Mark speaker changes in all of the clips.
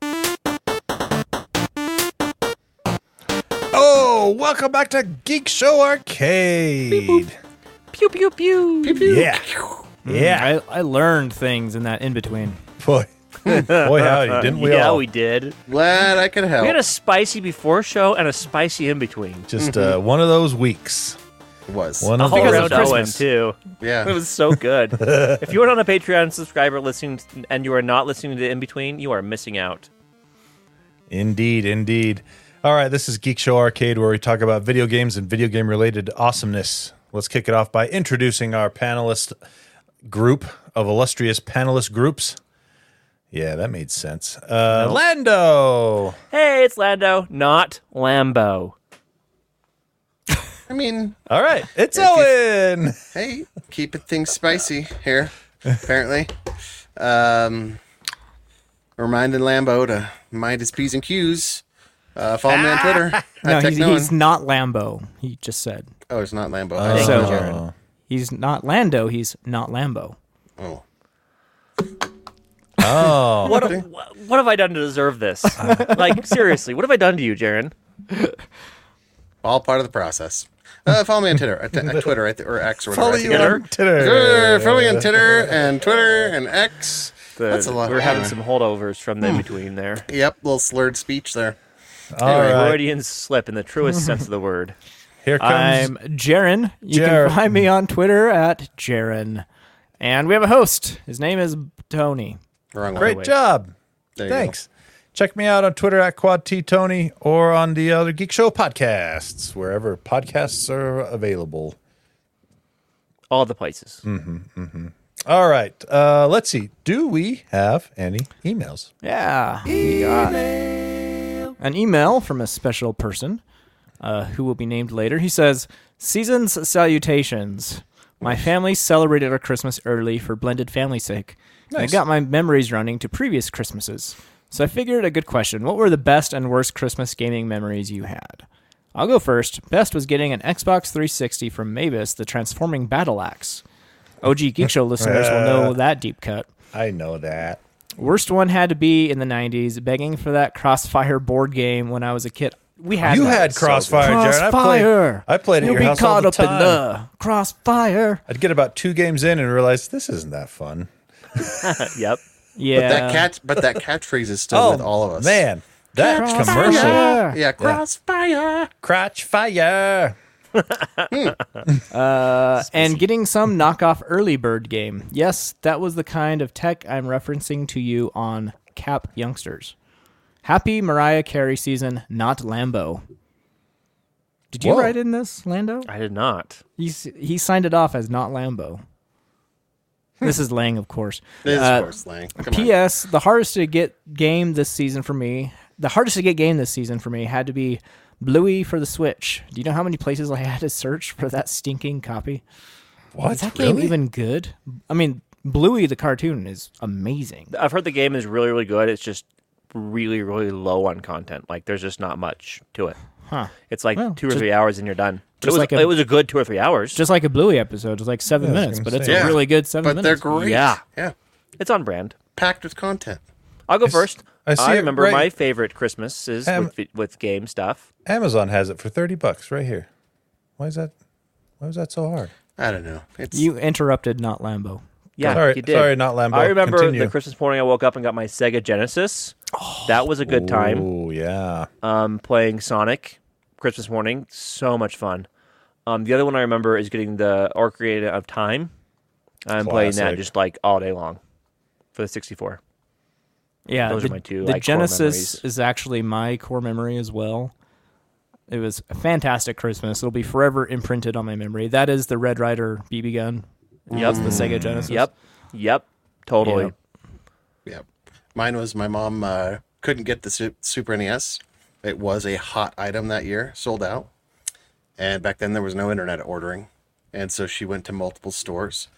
Speaker 1: Hello, Oh, welcome back to Geek Show Arcade.
Speaker 2: Pew pew pew.
Speaker 1: Yeah, yeah.
Speaker 3: I, I learned things in that in between.
Speaker 1: Boy, boy, howdy, didn't we
Speaker 4: yeah,
Speaker 1: all?
Speaker 4: we did.
Speaker 5: Glad I could
Speaker 4: We had
Speaker 5: help.
Speaker 4: a spicy before show and a spicy in between.
Speaker 1: Just uh, one of those weeks.
Speaker 5: It was.
Speaker 1: One
Speaker 4: A
Speaker 1: of
Speaker 4: whole
Speaker 3: because
Speaker 1: those.
Speaker 3: of
Speaker 4: round Owen
Speaker 3: Christmas.
Speaker 4: too. It
Speaker 5: Yeah.
Speaker 4: was so good. if you are not a Patreon subscriber listening to, and you are not listening to the in between, you are missing out.
Speaker 1: Indeed, indeed. All right, this is Geek Show Arcade, where we talk about video games and video game related awesomeness. Let's kick it off by introducing our panelist group of illustrious panelist groups. Yeah, that made sense. Uh, Lando.
Speaker 4: Hey, it's Lando, not Lambo.
Speaker 5: I mean,
Speaker 1: All right, it's Owen.
Speaker 5: hey, keeping things spicy here, apparently. Um, reminding Lambo to mind his P's and Q's. Uh, follow me on Twitter. at
Speaker 3: No, he's,
Speaker 5: Technoan.
Speaker 3: he's not Lambo. He just said
Speaker 5: Oh, it's not Lambo.
Speaker 1: Oh.
Speaker 5: I
Speaker 3: So-
Speaker 5: apologize.
Speaker 3: he's not Lando. He's not Lambo.
Speaker 5: Oh.
Speaker 1: Oh,
Speaker 4: What, what, what have I done to deserve this? like seriously, what have I done to you, Jaren?
Speaker 5: All part of the process. Uh, follow me on Twitter, at, at Twitter, at, or X, or whatever.
Speaker 1: Follow
Speaker 5: I
Speaker 1: you
Speaker 5: think
Speaker 1: on Twitter.
Speaker 5: Twitter, follow me on Twitter and Twitter and X. That's a lot.
Speaker 4: We were having
Speaker 5: Anyway.
Speaker 4: some holdovers from the in between there.
Speaker 5: Yep, little slurred speech there.
Speaker 1: All right,
Speaker 4: Freudian slip in the truest sense of the word.
Speaker 1: here comes
Speaker 3: I'm Jaren. You
Speaker 1: Jaren.
Speaker 3: can find me on Twitter at Jaren. And we have a host. His name is Tony.
Speaker 5: Wrong one.
Speaker 1: Great job.
Speaker 5: There you go.
Speaker 1: Thanks. Check me out on Twitter at Quad T Tony or on the other Geek Show podcasts, wherever podcasts are available.
Speaker 4: All the places.
Speaker 1: All right. Uh, let's see. Do we have any emails?
Speaker 3: Yeah. We got an email from a special person uh, who will be named later. He says, Season's salutations. My family celebrated our Christmas early for blended family's sake. And I
Speaker 1: Nice.
Speaker 3: got my memories running to previous Christmases. So I figured a good question. What were the best and worst Christmas gaming memories you had? I'll go first. Best was getting an Xbox 360 from Mavis, the Transforming Battle Axe. OG Geek Show listeners will know that deep cut.
Speaker 1: I know that.
Speaker 3: Worst one had to be in the 90s, begging for that Crossfire board game when I was a kid. We had
Speaker 1: You
Speaker 3: that.
Speaker 1: had Crossfire, Jared. I played-
Speaker 3: Crossfire.
Speaker 1: I played at
Speaker 3: You'll
Speaker 1: your
Speaker 3: be
Speaker 1: house all
Speaker 3: caught
Speaker 1: the
Speaker 3: up in
Speaker 1: time.
Speaker 3: the Crossfire.
Speaker 1: I'd get about two games in and realize this isn't that fun.
Speaker 4: Uh, Yep.
Speaker 3: Yeah. Oh,
Speaker 5: That cat, but that catchphrase is still with all of us.
Speaker 1: Oh, Man, that commercial.
Speaker 3: Crossfire.
Speaker 5: Yeah, crossfire.
Speaker 1: Crotch fire.
Speaker 3: Uh, and getting some knockoff early bird game. Yes, that was the kind of tech I'm referencing to you on Cap Youngsters. Happy Mariah Carey season, not Lambo. Did you
Speaker 1: Whoa.
Speaker 3: write in this, Lando?
Speaker 4: I did not.
Speaker 3: He's, he signed it off as not Lambo. This is Lang, of course.
Speaker 5: This is
Speaker 3: Uh,
Speaker 5: horse slang. Come on.
Speaker 3: P.S. The hardest to get game this season for me, the hardest to get game this season for me had to be Bluey for the Switch. Do you know how many places I had to search for that stinking copy?
Speaker 1: What?
Speaker 3: Is that game
Speaker 1: Really?
Speaker 3: even good? I mean, Bluey the cartoon is amazing.
Speaker 4: I've heard the game is really, really good. It's just really, really low on content. Like there's just not much to it.
Speaker 3: Huh.
Speaker 4: It's like
Speaker 3: Well,
Speaker 4: two or
Speaker 3: just-
Speaker 4: three hours and you're done. But it
Speaker 3: just
Speaker 4: was
Speaker 3: like a-
Speaker 4: it was a good two or three hours.
Speaker 3: Just like a Bluey episode, it's like seven
Speaker 1: Yeah, I was
Speaker 3: minutes,
Speaker 1: gonna
Speaker 3: but it's
Speaker 1: say.
Speaker 3: a
Speaker 5: Yeah.
Speaker 3: really good seven
Speaker 5: But they're
Speaker 3: minutes.
Speaker 5: great.
Speaker 4: Yeah.
Speaker 5: yeah,
Speaker 4: it's on brand.
Speaker 5: packed with content.
Speaker 4: I'll go first.
Speaker 1: I see it
Speaker 4: remember
Speaker 1: right-
Speaker 4: my favorite Christmases
Speaker 1: Um,
Speaker 4: with, with game stuff.
Speaker 1: Amazon has it for 30 bucks right here. Why is that? Why was that so hard?
Speaker 5: I don't know. It's
Speaker 3: You interrupted, not Lambo.
Speaker 4: Yeah,
Speaker 1: Sorry-
Speaker 4: you did.
Speaker 1: sorry, not Lambo.
Speaker 4: I remember
Speaker 1: Continue.
Speaker 4: the Christmas morning I woke up and got my Sega Genesis. that was a good time.
Speaker 1: Oh, yeah.
Speaker 4: Um, playing Sonic Christmas morning, so much fun. Um, the other one I remember is getting the Orchid of Time. I'm playing that
Speaker 1: Classic.
Speaker 4: just like all day long for the 64.
Speaker 3: Yeah,
Speaker 4: Those are
Speaker 3: the,
Speaker 4: my two,
Speaker 3: The
Speaker 4: like, core
Speaker 3: Genesis
Speaker 4: memories.
Speaker 3: is actually my core memory as well. It was a fantastic Christmas. It'll be forever imprinted on my memory. That is the Red Rider BB gun.
Speaker 4: Yep.
Speaker 3: It's the Sega Genesis.
Speaker 4: Yep. Yep. Totally.
Speaker 3: Yep.
Speaker 5: yeah. Mine was my mom uh, couldn't get the Su- Super NES. It was a hot item that year, sold out. And back then there was no internet ordering, and so she went to multiple stores,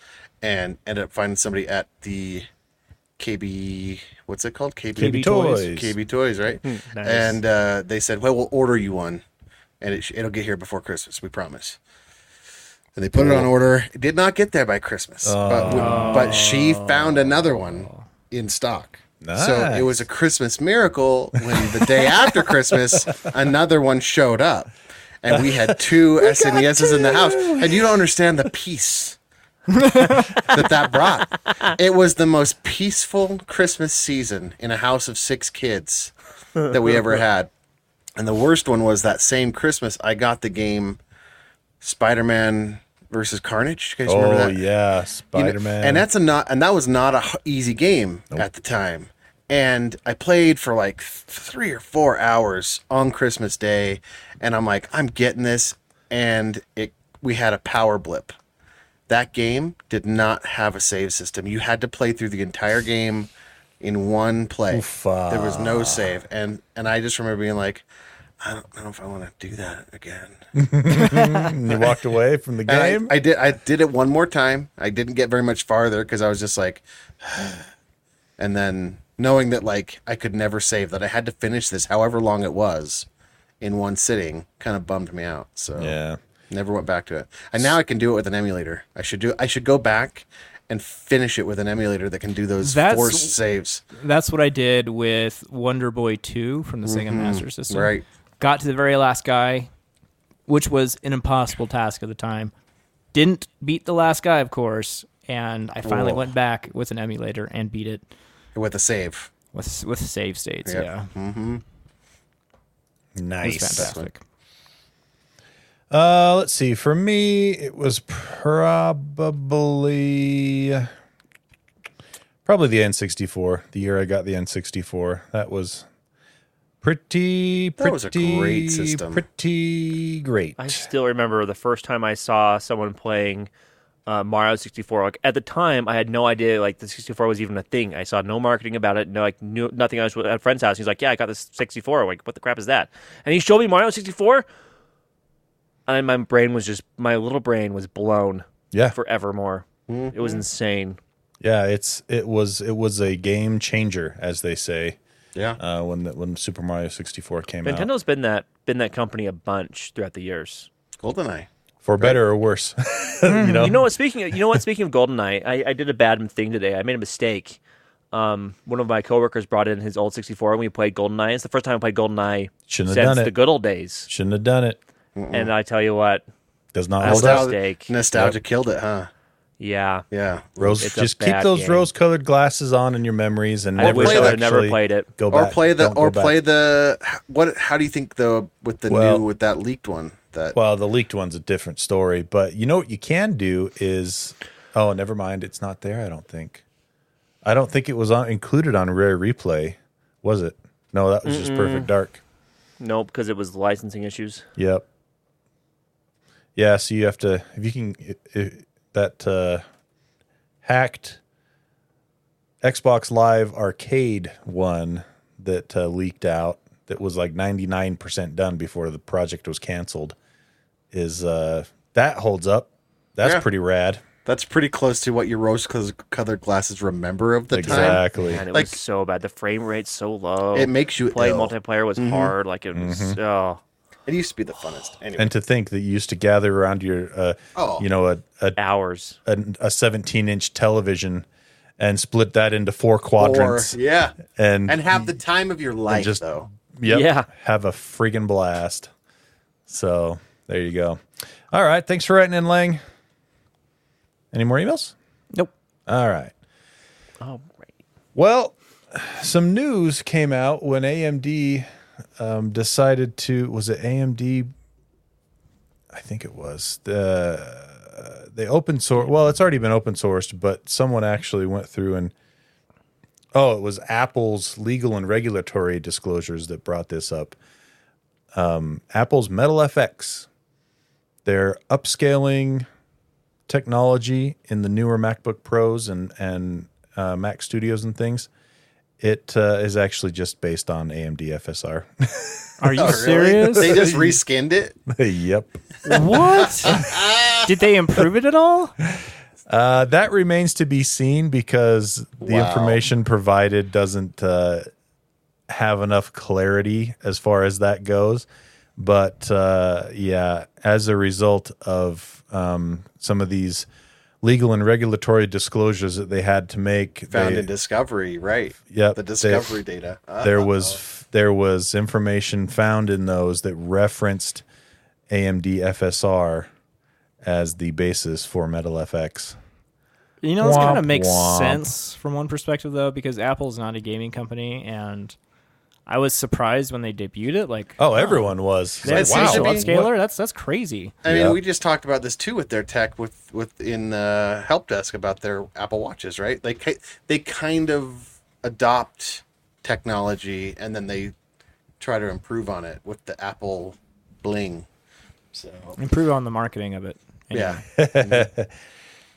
Speaker 5: and ended up finding somebody at the KB. What's it called? KB,
Speaker 1: KB Toys.
Speaker 5: KB Toys, right?
Speaker 4: nice.
Speaker 5: And uh, they said, "Well, we'll order you one, and it sh- it'll get here before Christmas. We promise." And they put it on order. It did not get there by Christmas, but w- but she found another one in stock. So
Speaker 1: Nice.
Speaker 5: it was a Christmas miracle when the day after Christmas another one showed up. and we had two SNESs in the house, and you don't understand the peace that that brought. It was the most peaceful Christmas season in a house of six kids that we ever had. And the worst one was that same Christmas I got the game Spider-Man versus Carnage. You guys remember
Speaker 1: Oh
Speaker 5: that?
Speaker 1: yeah,
Speaker 5: You know,
Speaker 1: Spider Man.
Speaker 5: and that's a not and that was not a h- easy game at the time and i played for like th- three or four hours on christmas day and i'm like i'm getting this and it we had a power blip that game did not have a save system you had to play through the entire game in one play there was no save and and i just remember being like i don't know if i want to do that again
Speaker 1: you walked away from the
Speaker 5: and I-
Speaker 1: game.
Speaker 5: I, did. I did it one more time. I didn't get very much farther because I was just like, and then knowing that like I could never save that, I had to finish this however long it was in one sitting, kind of bummed me out. So
Speaker 1: yeah.
Speaker 5: never went back to it. And now I can do it with an emulator. I should do. I should go back and finish it with an emulator that can do those
Speaker 3: That's-
Speaker 5: forced saves.
Speaker 3: That's what I did with Wonder Boy 2 from the
Speaker 4: Mm-hmm.
Speaker 3: Sega Master System.
Speaker 5: Right.
Speaker 3: Got to the very last guy, which was an impossible task at the time. Didn't beat the last guy, of course, and I finally
Speaker 5: Whoa.
Speaker 3: went back with an emulator and beat it
Speaker 5: With a save, Mm-hmm.
Speaker 3: with with save states.
Speaker 5: Yep.
Speaker 3: Yeah, it was
Speaker 1: Nice.
Speaker 3: fantastic.
Speaker 1: Uh, let's see. For me, it was probably probably the N64. The year I got the N64, that was pretty. pretty
Speaker 5: That was a great system.
Speaker 1: Pretty great.
Speaker 4: I still remember the first time I saw someone playing uh, Mario 64. Like at the time, I had no idea like the 64 was even a thing. I saw no marketing about it. No, like knew nothing. I was at a friend's house. He's like, "Yeah, I got this 64." Like, what the crap is that? And he showed me Mario 64, and my brain was just my little brain was blown
Speaker 1: yeah,
Speaker 4: forevermore. It was insane.
Speaker 1: yeah. It's it was it was a game changer, as they say.
Speaker 5: yeah.
Speaker 1: Uh, when the, when Super Mario 64 came out,
Speaker 4: Nintendo's been that been that company a bunch throughout the years.
Speaker 5: Goldeneye.
Speaker 1: for better or worse, you know.
Speaker 4: Mm-hmm. You know what? Speaking, of, you know what? Speaking of GoldenEye, I, I did a bad thing today. I made a mistake. Um, one of my coworkers brought in his old 64, and we played GoldenEye. It's the first time I played GoldenEye
Speaker 1: Shouldn't have
Speaker 4: since
Speaker 1: done it.
Speaker 4: the good old days.
Speaker 1: Shouldn't have done it.
Speaker 4: And I tell you what,
Speaker 1: Does not
Speaker 4: That's
Speaker 1: hold
Speaker 4: Nostalgia.
Speaker 1: up.
Speaker 4: not- Mistake.
Speaker 5: Nostalgia killed it, huh?
Speaker 4: yeah,
Speaker 5: Yeah.
Speaker 1: Rose,
Speaker 4: It's a
Speaker 1: just keep
Speaker 4: bad
Speaker 1: those
Speaker 4: game.
Speaker 1: rose-colored glasses on in your memories, and
Speaker 4: I
Speaker 1: never
Speaker 4: wish I
Speaker 5: play
Speaker 4: would
Speaker 5: that
Speaker 4: have never
Speaker 1: actually
Speaker 4: played it.
Speaker 1: Go
Speaker 5: or
Speaker 1: back.
Speaker 5: play the
Speaker 1: Don't go
Speaker 5: or
Speaker 1: back.
Speaker 5: play the what how do you think the with the
Speaker 1: Well-
Speaker 5: new with that leaked one that
Speaker 1: Well, the leaked one's a different story, but you know what you can do is oh, never mind, it's not there. I don't think. I don't think it was on, included on Rare Replay, was it? No, that was just Perfect Dark.
Speaker 4: Nope, because it was licensing issues.
Speaker 1: Yep. Yeah, so you have to if you can i i that uh, hacked Xbox Live Arcade one that uh, leaked out that was like ninety nine percent done before the project was canceled is uh, that holds up. That's
Speaker 5: Yeah.
Speaker 1: pretty rad.
Speaker 5: that's pretty close to what your rose colored glasses remember of the time
Speaker 1: Exactly.
Speaker 4: And it
Speaker 5: Like-
Speaker 4: was so bad. The frame rate's so low.
Speaker 5: it makes you
Speaker 4: play
Speaker 5: ill. Mm-hmm.
Speaker 4: multiplayer was hard. Like it was.
Speaker 1: Mm-hmm.
Speaker 4: Oh,
Speaker 5: it used to be the funnest anyway
Speaker 1: And to think that you used to gather around your, uh,
Speaker 5: Oh.
Speaker 1: you know, a, a
Speaker 4: hours.
Speaker 1: an- a 17 inch television and split that into four quadrants
Speaker 5: or, yeah
Speaker 1: and
Speaker 5: and have the time of your life
Speaker 1: just-
Speaker 5: though
Speaker 1: Yep.
Speaker 4: Yeah.
Speaker 1: Have a friggin' blast. So there you go. All right. Thanks for writing in, Lang. Any more emails?
Speaker 3: Nope.
Speaker 1: All right.
Speaker 4: Oh, right.
Speaker 1: Well, some news came out when AMD um, decided to was it AMD? I think it was the uh, they open source. Well, it's already been open sourced, but someone actually went through and oh, it was Apple's legal and regulatory disclosures that brought this up. Um, Apple's Metal FX, they're upscaling technology in the newer MacBook Pros and and uh, Mac Studios and things. It uh, is actually just based on AMD FSR.
Speaker 3: Are you
Speaker 5: Oh, really?
Speaker 3: serious?
Speaker 5: they just reskinned it
Speaker 1: yep.
Speaker 3: what? Did they improve it at all?
Speaker 1: Uh, that remains to be seen because the
Speaker 5: Wow.
Speaker 1: information provided doesn't uh, have enough clarity as far as that goes. But uh, yeah, as a result of um, some of these legal and regulatory disclosures that they had to make,
Speaker 5: found
Speaker 1: they-
Speaker 5: in discovery right
Speaker 1: Yep,
Speaker 5: the
Speaker 1: they-
Speaker 5: discovery data Uh,
Speaker 1: there was there was information found in those that referenced AMD FSR as the basis for Metal FX.
Speaker 3: You know, this
Speaker 1: Womp
Speaker 3: kind of makes
Speaker 1: womp.
Speaker 3: sense from one perspective, though, because Apple's not a gaming company, and I was surprised when they debuted it. Like,
Speaker 1: Oh, everyone was.
Speaker 3: they had
Speaker 1: It's
Speaker 5: wow.
Speaker 1: like,
Speaker 3: wow,
Speaker 5: What-
Speaker 3: upscaler. That's that's crazy.
Speaker 5: I
Speaker 1: Yeah.
Speaker 5: mean, we just talked about this too with their tech with with in uh, help desk about their Apple Watches, right? They ki- they kind of adopt technology and then they try to improve on it with the Apple bling. So
Speaker 3: Improve on the marketing of it.
Speaker 5: yeah,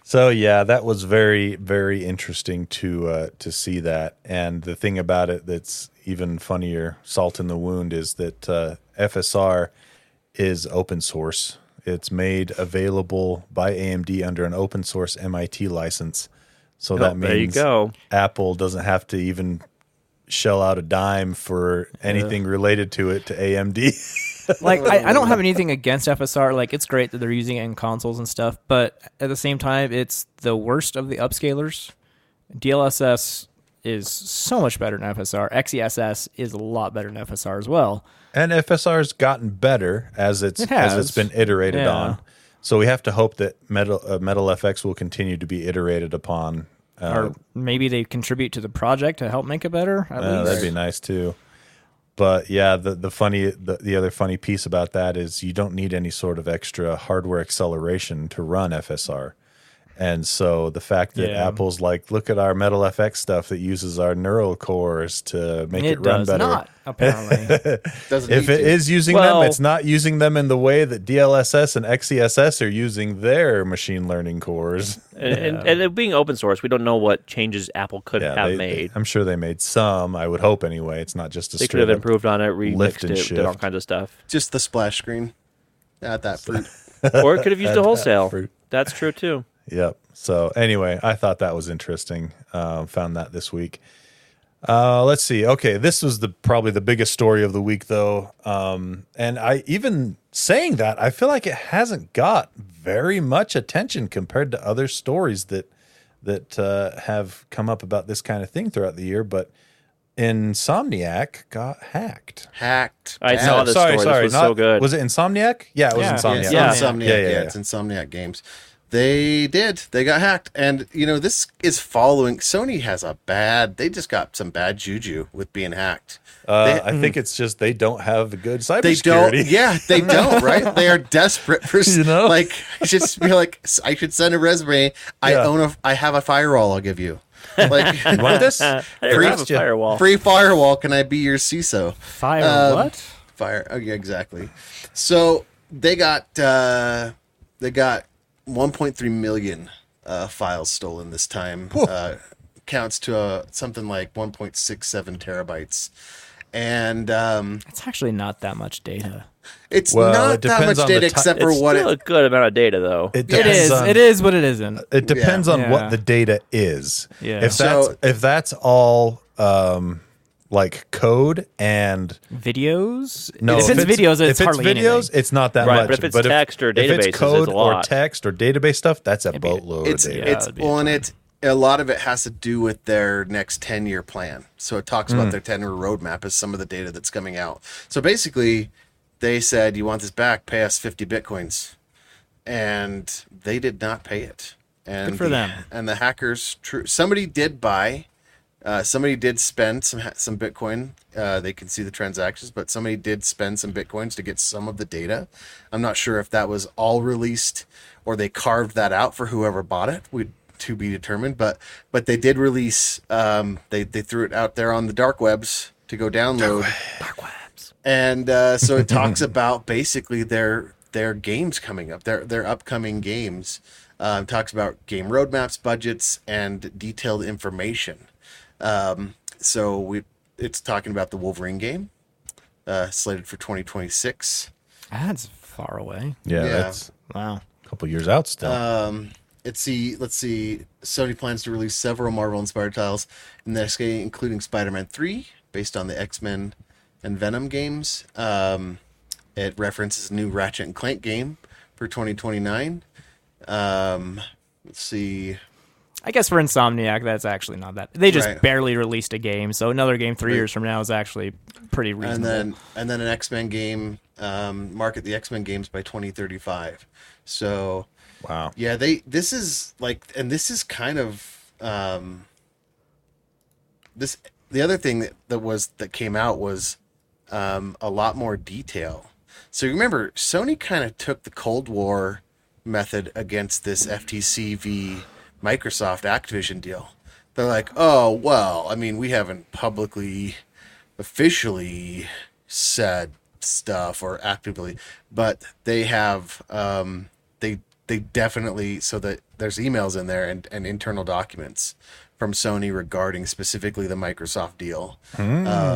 Speaker 1: So yeah, that was very very interesting to uh, to see that. And the thing about it that's even funnier, salt in the wound, is that uh, FSR is open source. It's made available by AMD under an open source MIT license. So that means
Speaker 4: Oh, there you go.
Speaker 1: Apple doesn't have to even shell out a dime for anything related to it to AMD.
Speaker 3: like I, I don't have anything against FSR. Like it's great that they're using it in consoles and stuff, but at the same time, it's the worst of the upscalers. DLSS is so much better than FSR. XESS E is a lot better than FSR as well.
Speaker 1: and FSR's gotten better as it's
Speaker 3: It
Speaker 1: as
Speaker 3: has.
Speaker 1: it's been iterated
Speaker 3: Yeah.
Speaker 1: on. So we have to hope that metal uh, metal FX will continue to be iterated upon. Uh,
Speaker 3: or maybe they contribute to the project to help make it better. At
Speaker 1: Uh,
Speaker 3: least
Speaker 1: that'd be nice too. But yeah, the the funny the, the other funny piece about that is you don't need any sort of extra hardware acceleration to run FSR. And so the fact that
Speaker 3: Yeah.
Speaker 1: Apple's like, look at our Metal FX stuff that uses our neural cores to make
Speaker 3: it,
Speaker 1: it, run
Speaker 3: does
Speaker 1: better.
Speaker 3: not apparently.
Speaker 5: doesn't
Speaker 1: If
Speaker 5: need
Speaker 1: it
Speaker 5: to.
Speaker 1: is using
Speaker 4: Well-
Speaker 1: them, it's not using them in the way that DLSS and XESS are using their machine learning cores.
Speaker 4: And, and, and it being open source, we don't know what changes Apple could have
Speaker 1: they-
Speaker 4: made.
Speaker 1: I'm sure they made some. I would hope anyway. It's not just a
Speaker 4: They could
Speaker 1: straight
Speaker 4: have
Speaker 1: up-
Speaker 4: improved on it,
Speaker 1: lift
Speaker 4: remixed
Speaker 1: and
Speaker 4: it, did all
Speaker 1: shift.
Speaker 4: kinds of stuff.
Speaker 5: just the splash screen, not that fruit.
Speaker 4: Or it could have used a wholesale.
Speaker 1: fruit.
Speaker 4: That's true too.
Speaker 1: Yep. So anyway, I thought that was interesting. Um, found that this week. Uh, let's see. Okay, this was the probably the biggest story of the week, though. Um, and I even saying that, I feel like it hasn't got very much attention compared to other stories that that uh, have come up about this kind of thing throughout the year. But Insomniac got hacked.
Speaker 5: Hacked.
Speaker 4: I
Speaker 5: down.
Speaker 4: saw this story. This was so good.
Speaker 1: Was it Insomniac? Yeah, it was
Speaker 3: Yeah.
Speaker 1: Insomniac.
Speaker 5: Yeah,
Speaker 4: Yeah.
Speaker 5: it's Insomniac.
Speaker 1: Yeah, yeah, yeah.
Speaker 5: It's Insomniac Games. They did. They got hacked, and you know this is following. Sony has a bad. They just got some bad juju with being hacked.
Speaker 1: Uh,
Speaker 5: They-
Speaker 1: I think it's just they don't have the good cybersecurity.
Speaker 5: They don't. Yeah, they don't. Right? They are desperate for
Speaker 1: You know?
Speaker 5: Like just be like, "S- I should send a resume. I
Speaker 1: Yeah.
Speaker 5: own a. I have a firewall. I'll give you. Like
Speaker 1: Want this?
Speaker 4: Hey, we have a firewall.
Speaker 5: free firewall. Can I be your CISO?
Speaker 3: Fire
Speaker 5: Um,
Speaker 3: what?
Speaker 5: Fire. Oh, yeah, exactly. So they got uh, they got 1.3 million uh, files stolen this time. Uh, counts to uh, something like 1.67 terabytes, and um,
Speaker 3: It's actually not that much data.
Speaker 5: it's
Speaker 1: Well,
Speaker 5: not
Speaker 1: it
Speaker 5: that
Speaker 1: depends
Speaker 5: much
Speaker 1: on the
Speaker 5: data
Speaker 1: ti-
Speaker 5: except for
Speaker 4: It's
Speaker 5: what
Speaker 4: still
Speaker 5: it
Speaker 4: a good amount of data, though.
Speaker 1: It
Speaker 3: It
Speaker 1: depends
Speaker 3: is.
Speaker 1: on
Speaker 3: It is what it isn't.
Speaker 1: it depends on
Speaker 3: Yeah.
Speaker 1: what the data is.
Speaker 3: Yeah.
Speaker 1: If that's
Speaker 5: So-
Speaker 1: if that's all um like code and
Speaker 3: Videos?
Speaker 1: no,
Speaker 3: If it's videos, it's
Speaker 1: if it's
Speaker 3: hardly
Speaker 1: videos,
Speaker 3: anything.
Speaker 1: it's not that
Speaker 4: Right,
Speaker 1: much.
Speaker 4: but if it's text or
Speaker 1: if
Speaker 4: databases,
Speaker 1: it's
Speaker 4: it's
Speaker 1: code
Speaker 4: a
Speaker 1: or
Speaker 4: lot.
Speaker 1: text or database stuff, that's a boatload
Speaker 5: it's
Speaker 1: of data.
Speaker 5: it's
Speaker 3: it'd be a
Speaker 5: on it. A lot of it has to do with their next ten year plan. So it talks
Speaker 1: Hmm.
Speaker 5: about their ten year roadmap as some of the data that's coming out. So basically, they said, "You want this back? Pay us fifty bitcoins," and they did not pay it. And
Speaker 3: Good for
Speaker 5: the-
Speaker 3: them.
Speaker 5: And the hackers, true, somebody did buy. Uh, somebody did spend some ha- some Bitcoin. Uh, they can see the transactions, but somebody did spend some Bitcoins to get some of the data. I'm not sure if that was all released or they carved that out for whoever bought it. We to be determined, but but they did release. Um, they they threw it out there on the dark webs to go download and uh, so it talks about basically their their games coming up, their their upcoming games. Um, talks about game roadmaps, budgets, and detailed information. Um, so we it's talking about the Wolverine game uh, slated for 2026.
Speaker 3: That's far away.
Speaker 1: yeah,
Speaker 5: yeah.
Speaker 1: that's
Speaker 3: Wow.
Speaker 1: a couple years out still.
Speaker 5: Let's see. Let's see. Sony plans to release several Marvel-inspired titles in the next game, including Spider-Man 3, based on the X-Men and Venom games. Um, it references a new Ratchet and Clank game for 2029. Um, let's see.
Speaker 3: I guess for Insomniac, that's actually not that. They just
Speaker 5: Right.
Speaker 3: barely released a game, so another game three years from now is actually pretty reasonable.
Speaker 5: And then and then an X-Men game um, market the X Men games by 2035. So
Speaker 1: Wow.
Speaker 5: yeah, they this is like, and this is kind of um, this. The other thing that, that was that came out was um, a lot more detail. So you remember, Sony kind of took the Cold War method against this FTC v Microsoft Activision deal. They're like, oh well, I mean, we haven't publicly, officially said stuff or actively, but they have um, they they definitely so that there's emails in there and, and internal documents from Sony regarding specifically the Microsoft deal.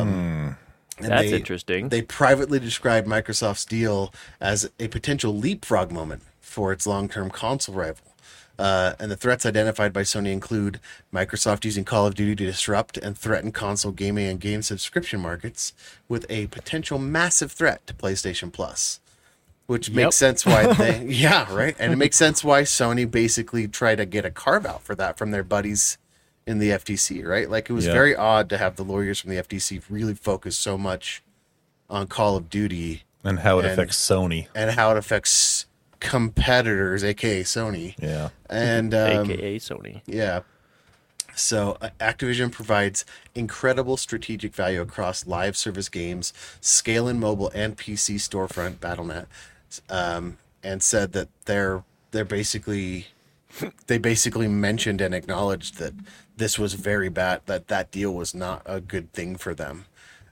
Speaker 5: Um, and
Speaker 4: Hmm. That's
Speaker 5: they-
Speaker 4: interesting.
Speaker 5: They privately described Microsoft's deal as a potential leapfrog moment for its long term console rival. Uh, and the threats identified by Sony include Microsoft using Call of Duty to disrupt and threaten console gaming and game subscription markets with a potential massive threat to PlayStation Plus which makes sense why they yeah right and it makes sense why sony basically tried to get a carve out for that from their buddies in the ftc right like it was
Speaker 1: Yeah.
Speaker 5: very odd to have the lawyers from the ftc really focus so much on call of duty
Speaker 1: And how it
Speaker 5: And-
Speaker 1: affects Sony.
Speaker 5: and how it affects competitors aka sony
Speaker 1: Yeah.
Speaker 5: and um,
Speaker 4: AKA Sony.
Speaker 5: yeah. So uh, Activision provides incredible strategic value across live service games, scale in mobile and PC storefront BattleNet, um, and said that they're they're basically they basically mentioned and acknowledged that this was very bad that that deal was not a good thing for them,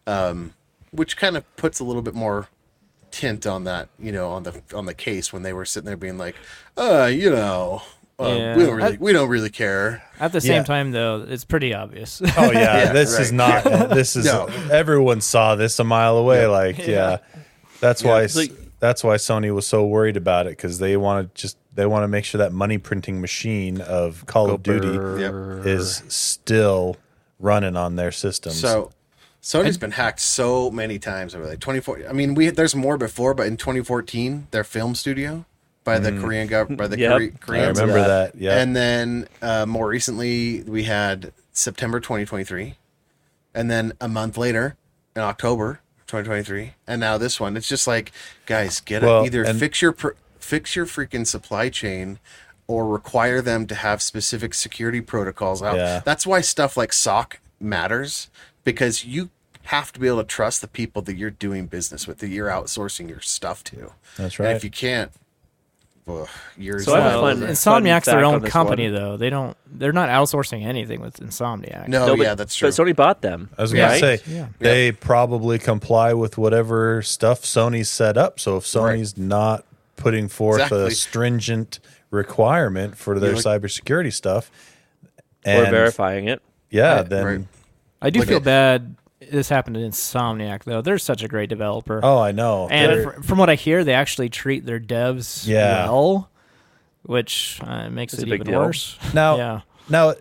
Speaker 5: um, which kind of puts a little bit more tint on that you know on the on the case when they were sitting there being like, uh, you know, uh,
Speaker 3: Yeah.
Speaker 5: we don't really we don't really care.
Speaker 3: At the
Speaker 1: Yeah.
Speaker 3: same time, though, it's pretty obvious.
Speaker 1: Oh yeah,
Speaker 5: Yeah,
Speaker 1: this is
Speaker 5: right.
Speaker 1: not. This is
Speaker 5: No.
Speaker 1: everyone saw this a mile away. Like yeah, that's why. s-
Speaker 4: like-
Speaker 1: that's why Sony was so worried about it because they want to just they want to make sure that money printing machine of Call of Duty
Speaker 5: Yep.
Speaker 1: is still running on their systems.
Speaker 5: So Sony's been hacked so many times over like 24 I mean we there's more before but in 2014 their film studio by the Korean government by the
Speaker 4: Yep.
Speaker 5: Kore-
Speaker 1: Mm. I
Speaker 5: Koreans
Speaker 1: remember that. Yeah,
Speaker 5: and then uh, more recently we had September 2023 and then a month later in October 2023 and now this one it's just like guys get
Speaker 1: Well,
Speaker 5: it either
Speaker 1: and-
Speaker 5: fix your pr- fix your freaking supply chain or require them to have specific security protocols out
Speaker 1: Yeah.
Speaker 5: that's why stuff like soc matters because you have to be able to trust the people that you're doing business with that you're outsourcing your stuff to
Speaker 1: That's
Speaker 5: and
Speaker 1: right.
Speaker 5: if you can't well, you're
Speaker 4: So I have a
Speaker 3: Well,
Speaker 4: fun-
Speaker 3: Insomniac's
Speaker 4: fun
Speaker 3: their
Speaker 4: fact
Speaker 3: own
Speaker 4: on this
Speaker 3: company,
Speaker 4: one.
Speaker 3: though. They don't. They're not outsourcing anything with Insomniac.
Speaker 5: no,
Speaker 4: No, but-
Speaker 5: Oh, yeah that's true
Speaker 4: But Sony bought them.
Speaker 1: I was gonna
Speaker 4: right?
Speaker 1: say
Speaker 3: Yeah.
Speaker 1: they probably comply with whatever stuff Sony's set up. So if Sony's not putting forth a
Speaker 5: Exactly.
Speaker 1: stringent requirement for their
Speaker 5: like-
Speaker 1: cybersecurity stuff,
Speaker 4: We're
Speaker 1: and
Speaker 4: verifying it.
Speaker 1: yeah,
Speaker 5: Right,
Speaker 1: Uh, then
Speaker 5: right.
Speaker 3: I do
Speaker 5: Like
Speaker 3: feel
Speaker 5: it-
Speaker 3: bad. This happened to Insomniac, though. They're such a great developer.
Speaker 1: oh, I know.
Speaker 3: and
Speaker 1: They're-
Speaker 3: fr- from what I hear, they actually treat their devs
Speaker 1: Yeah.
Speaker 3: well, which uh, makes
Speaker 4: It's
Speaker 3: it
Speaker 4: a big
Speaker 3: even
Speaker 4: deal.
Speaker 3: worse.
Speaker 1: Now,
Speaker 3: yeah.
Speaker 1: now,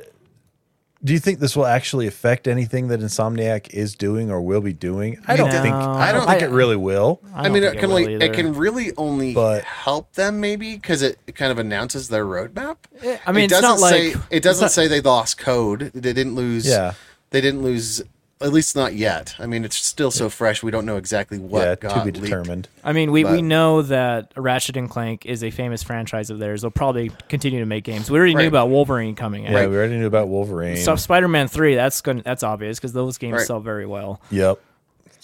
Speaker 1: do you think this will actually affect anything that Insomniac is doing or will be doing? I don't
Speaker 3: No.
Speaker 1: think. I don't
Speaker 5: I-
Speaker 1: think it really will.
Speaker 5: I, mean,
Speaker 3: don't
Speaker 5: it
Speaker 3: think
Speaker 5: can
Speaker 3: will
Speaker 5: only, it
Speaker 3: either.
Speaker 5: can really only
Speaker 1: But-
Speaker 5: help them maybe because it, it kind of announces their roadmap.
Speaker 3: Eh, I mean,
Speaker 5: it
Speaker 3: it's
Speaker 5: doesn't
Speaker 3: not
Speaker 5: say
Speaker 3: like-
Speaker 5: it
Speaker 3: it's
Speaker 5: doesn't
Speaker 3: not-
Speaker 5: say they lost code. They didn't lose.
Speaker 1: Yeah.
Speaker 5: they didn't lose. At least not yet. I mean, it's still so fresh. We don't know exactly what
Speaker 1: yeah,
Speaker 5: got
Speaker 1: to be
Speaker 5: leaked.
Speaker 1: determined.
Speaker 3: I mean, we, we
Speaker 5: But-
Speaker 3: know that Ratchet and Clank is a famous franchise of theirs. They'll probably continue to make games. We already
Speaker 5: Right.
Speaker 3: knew about Wolverine coming in.
Speaker 1: Yeah, we already knew about Wolverine.
Speaker 3: So Spider-Man Three, that's going that's obvious because those games
Speaker 5: Right.
Speaker 3: sell very well.
Speaker 1: yep.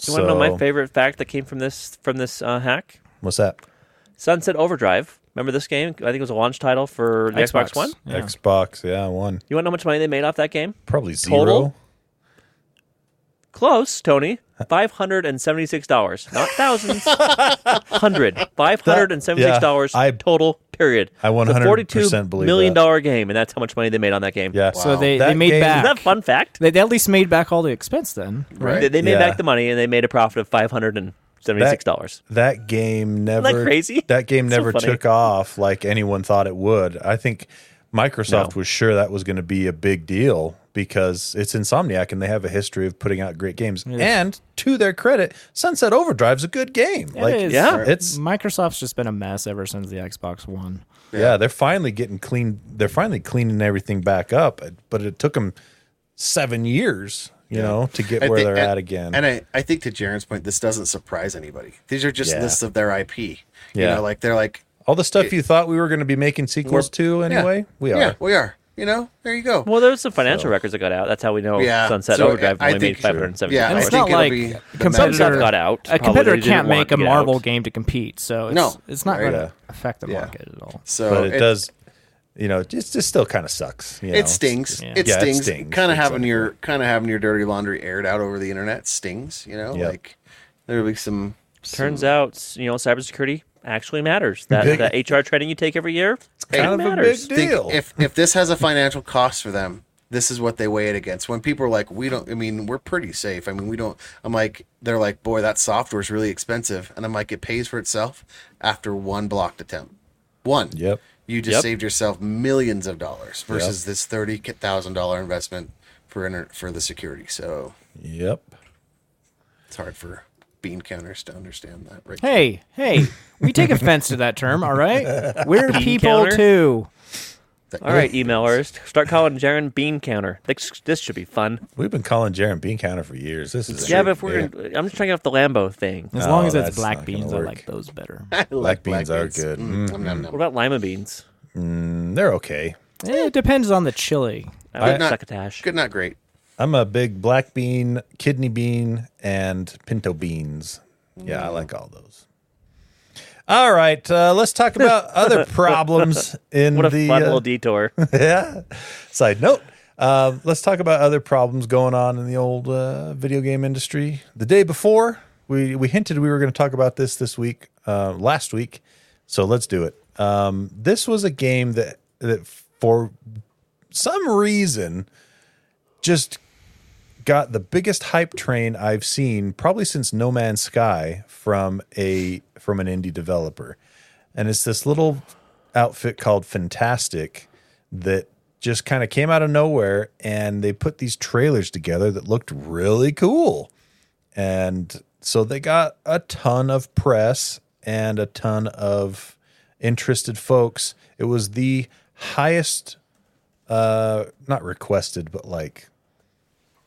Speaker 4: You want to know my
Speaker 1: So-
Speaker 4: favorite fact that came from this from this uh, hack?
Speaker 1: What's that?
Speaker 4: Sunset Overdrive. Remember this game? I think it was a launch title for the Xbox, One.
Speaker 3: Yeah.
Speaker 1: Xbox. Yeah, one.
Speaker 4: You want to know how much money they made off that game?
Speaker 1: Probably zero.
Speaker 4: Total? Close, Tony. Five hundred and seventy-six dollars, not thousands. Hundred. Five hundred and seventy-six dollars
Speaker 1: That- yeah, I-
Speaker 4: total. Period.
Speaker 1: I 100% believe
Speaker 4: million
Speaker 1: that.
Speaker 4: dollar game, and that's how much money they made on that game.
Speaker 1: Yeah.
Speaker 3: So they,
Speaker 1: That
Speaker 3: they made
Speaker 1: game-
Speaker 4: Isn't
Speaker 3: back.
Speaker 4: that a fun fact?
Speaker 3: They, they at least made back all the expense then.
Speaker 5: Right.
Speaker 4: They, they made
Speaker 1: Yeah.
Speaker 4: back the money, and they made a profit of five hundred and seventy-six dollars.
Speaker 1: That game never
Speaker 4: crazy?
Speaker 1: That game
Speaker 4: so
Speaker 1: never
Speaker 4: funny.
Speaker 1: took off like anyone thought it would. I think Microsoft was sure that was going to be a big deal because it's Insomniac and they have a history of putting out great games. And to their credit, Sunset Overdrive's a good game. like
Speaker 3: is.
Speaker 4: yeah,
Speaker 1: it's
Speaker 3: Microsoft's just been a mess ever since the Xbox One.
Speaker 1: yeah. they're finally getting clean. They're finally cleaning everything back up, but it took them seven years you know, to get
Speaker 5: I
Speaker 1: where
Speaker 5: thi-
Speaker 1: they're
Speaker 5: and-
Speaker 1: at again.
Speaker 5: And I, I think to Jaren's point, this doesn't surprise anybody. These are just
Speaker 1: Yeah.
Speaker 5: lists of their IP. You
Speaker 1: Yeah.
Speaker 5: know, like they're like,
Speaker 1: All the stuff you thought we were going to be making sequels to
Speaker 5: yeah,
Speaker 1: anyway, we are.
Speaker 5: yeah, we are. You know, there you go.
Speaker 4: Well, there's some financial records that got out. That's how we know
Speaker 5: Yeah,
Speaker 4: Sunset
Speaker 5: so
Speaker 4: Overdrive
Speaker 5: I- I
Speaker 4: only made
Speaker 5: think-
Speaker 4: 570. dollars.
Speaker 5: yeah, I
Speaker 3: And it's
Speaker 5: think
Speaker 3: not
Speaker 5: it'll
Speaker 3: like
Speaker 5: be
Speaker 3: a
Speaker 5: the
Speaker 4: Some stuff
Speaker 3: competitor
Speaker 4: got out.
Speaker 3: A
Speaker 4: probably
Speaker 3: competitor
Speaker 4: they didn't
Speaker 3: can't
Speaker 4: want
Speaker 3: make
Speaker 4: to
Speaker 3: a
Speaker 4: get
Speaker 3: Marvel
Speaker 4: out.
Speaker 3: game to compete, so it's,
Speaker 5: No.
Speaker 3: it's not
Speaker 5: Right.
Speaker 3: going to affect the
Speaker 5: Yeah.
Speaker 3: market at all.
Speaker 5: so
Speaker 1: But it, does, you know, it just, it still kind of sucks. You know?
Speaker 5: It stings.
Speaker 3: Yeah.
Speaker 5: It
Speaker 1: Yeah, it
Speaker 5: stings.
Speaker 1: stings,
Speaker 5: Kind of having your kind of having your dirty laundry aired out over the internet stings. You know,
Speaker 1: Yep.
Speaker 5: like there'll be some.
Speaker 4: Turns out, you know, cybersecurity actually matters. That,
Speaker 1: Big-
Speaker 4: that HR training you take every year, it's
Speaker 5: Hey,
Speaker 4: kind
Speaker 1: Kind
Speaker 4: of
Speaker 1: of a
Speaker 4: matters.
Speaker 1: big
Speaker 5: think
Speaker 1: deal.
Speaker 5: if if this has a financial cost for them, this is what they weigh it against. When people are like, we don't. I mean, we're pretty safe. I mean, we don't. I'm like, they're like, boy, that software's really expensive, and I'm like, it pays for itself after one blocked attempt. One.
Speaker 1: Yep.
Speaker 5: You just
Speaker 4: Yep.
Speaker 5: saved yourself millions of dollars versus this thirty thousand dollar investment for inter- for the security. So
Speaker 1: Yep.
Speaker 5: It's hard for bean counters to understand that, right?
Speaker 3: Hey, hey, we take offense to that term, all right? We're people
Speaker 4: counter?
Speaker 3: too.
Speaker 5: That-
Speaker 4: All right, emailers, start calling Jaren Bean Counter. This, this should be fun.
Speaker 1: We've been calling Jaron Bean Counter for years. This is
Speaker 4: yeah, but if we're, gonna I'm just trying out the Lambo thing.
Speaker 3: As
Speaker 1: No,
Speaker 3: long as it's
Speaker 1: that's
Speaker 3: black
Speaker 1: not gonna
Speaker 3: beans, I
Speaker 1: work.
Speaker 3: like those better.
Speaker 5: I
Speaker 1: Black
Speaker 5: like
Speaker 1: beans are good.
Speaker 5: Mm, nom, nom, nom.
Speaker 4: What about lima beans?
Speaker 1: Mm, they're okay.
Speaker 3: Eh, it depends on the chili.
Speaker 4: I like
Speaker 5: not-
Speaker 4: succotash.
Speaker 5: Good, not great.
Speaker 1: I'm a big black bean, kidney bean, and pinto beans. Yeah, I
Speaker 5: Mm.
Speaker 1: like all those. All right, uh, let's talk about other problems in
Speaker 4: What a
Speaker 1: the
Speaker 4: fun
Speaker 1: uh,
Speaker 4: little detour.
Speaker 1: yeah. Side note. Um, let's talk about other problems going on in the old uh, video game industry. The day before, we, we hinted we were going to talk about this this week, uh, last week. So let's do it. Um, this was a game that, that for some reason just got the biggest hype train I've seen probably since No Man's Sky from a from an indie developer. And it's this little outfit called Fantastic that just kind of came out of nowhere and they put these trailers together that looked really cool. And so they got a ton of press and a ton of interested folks. It was the highest uh not requested but like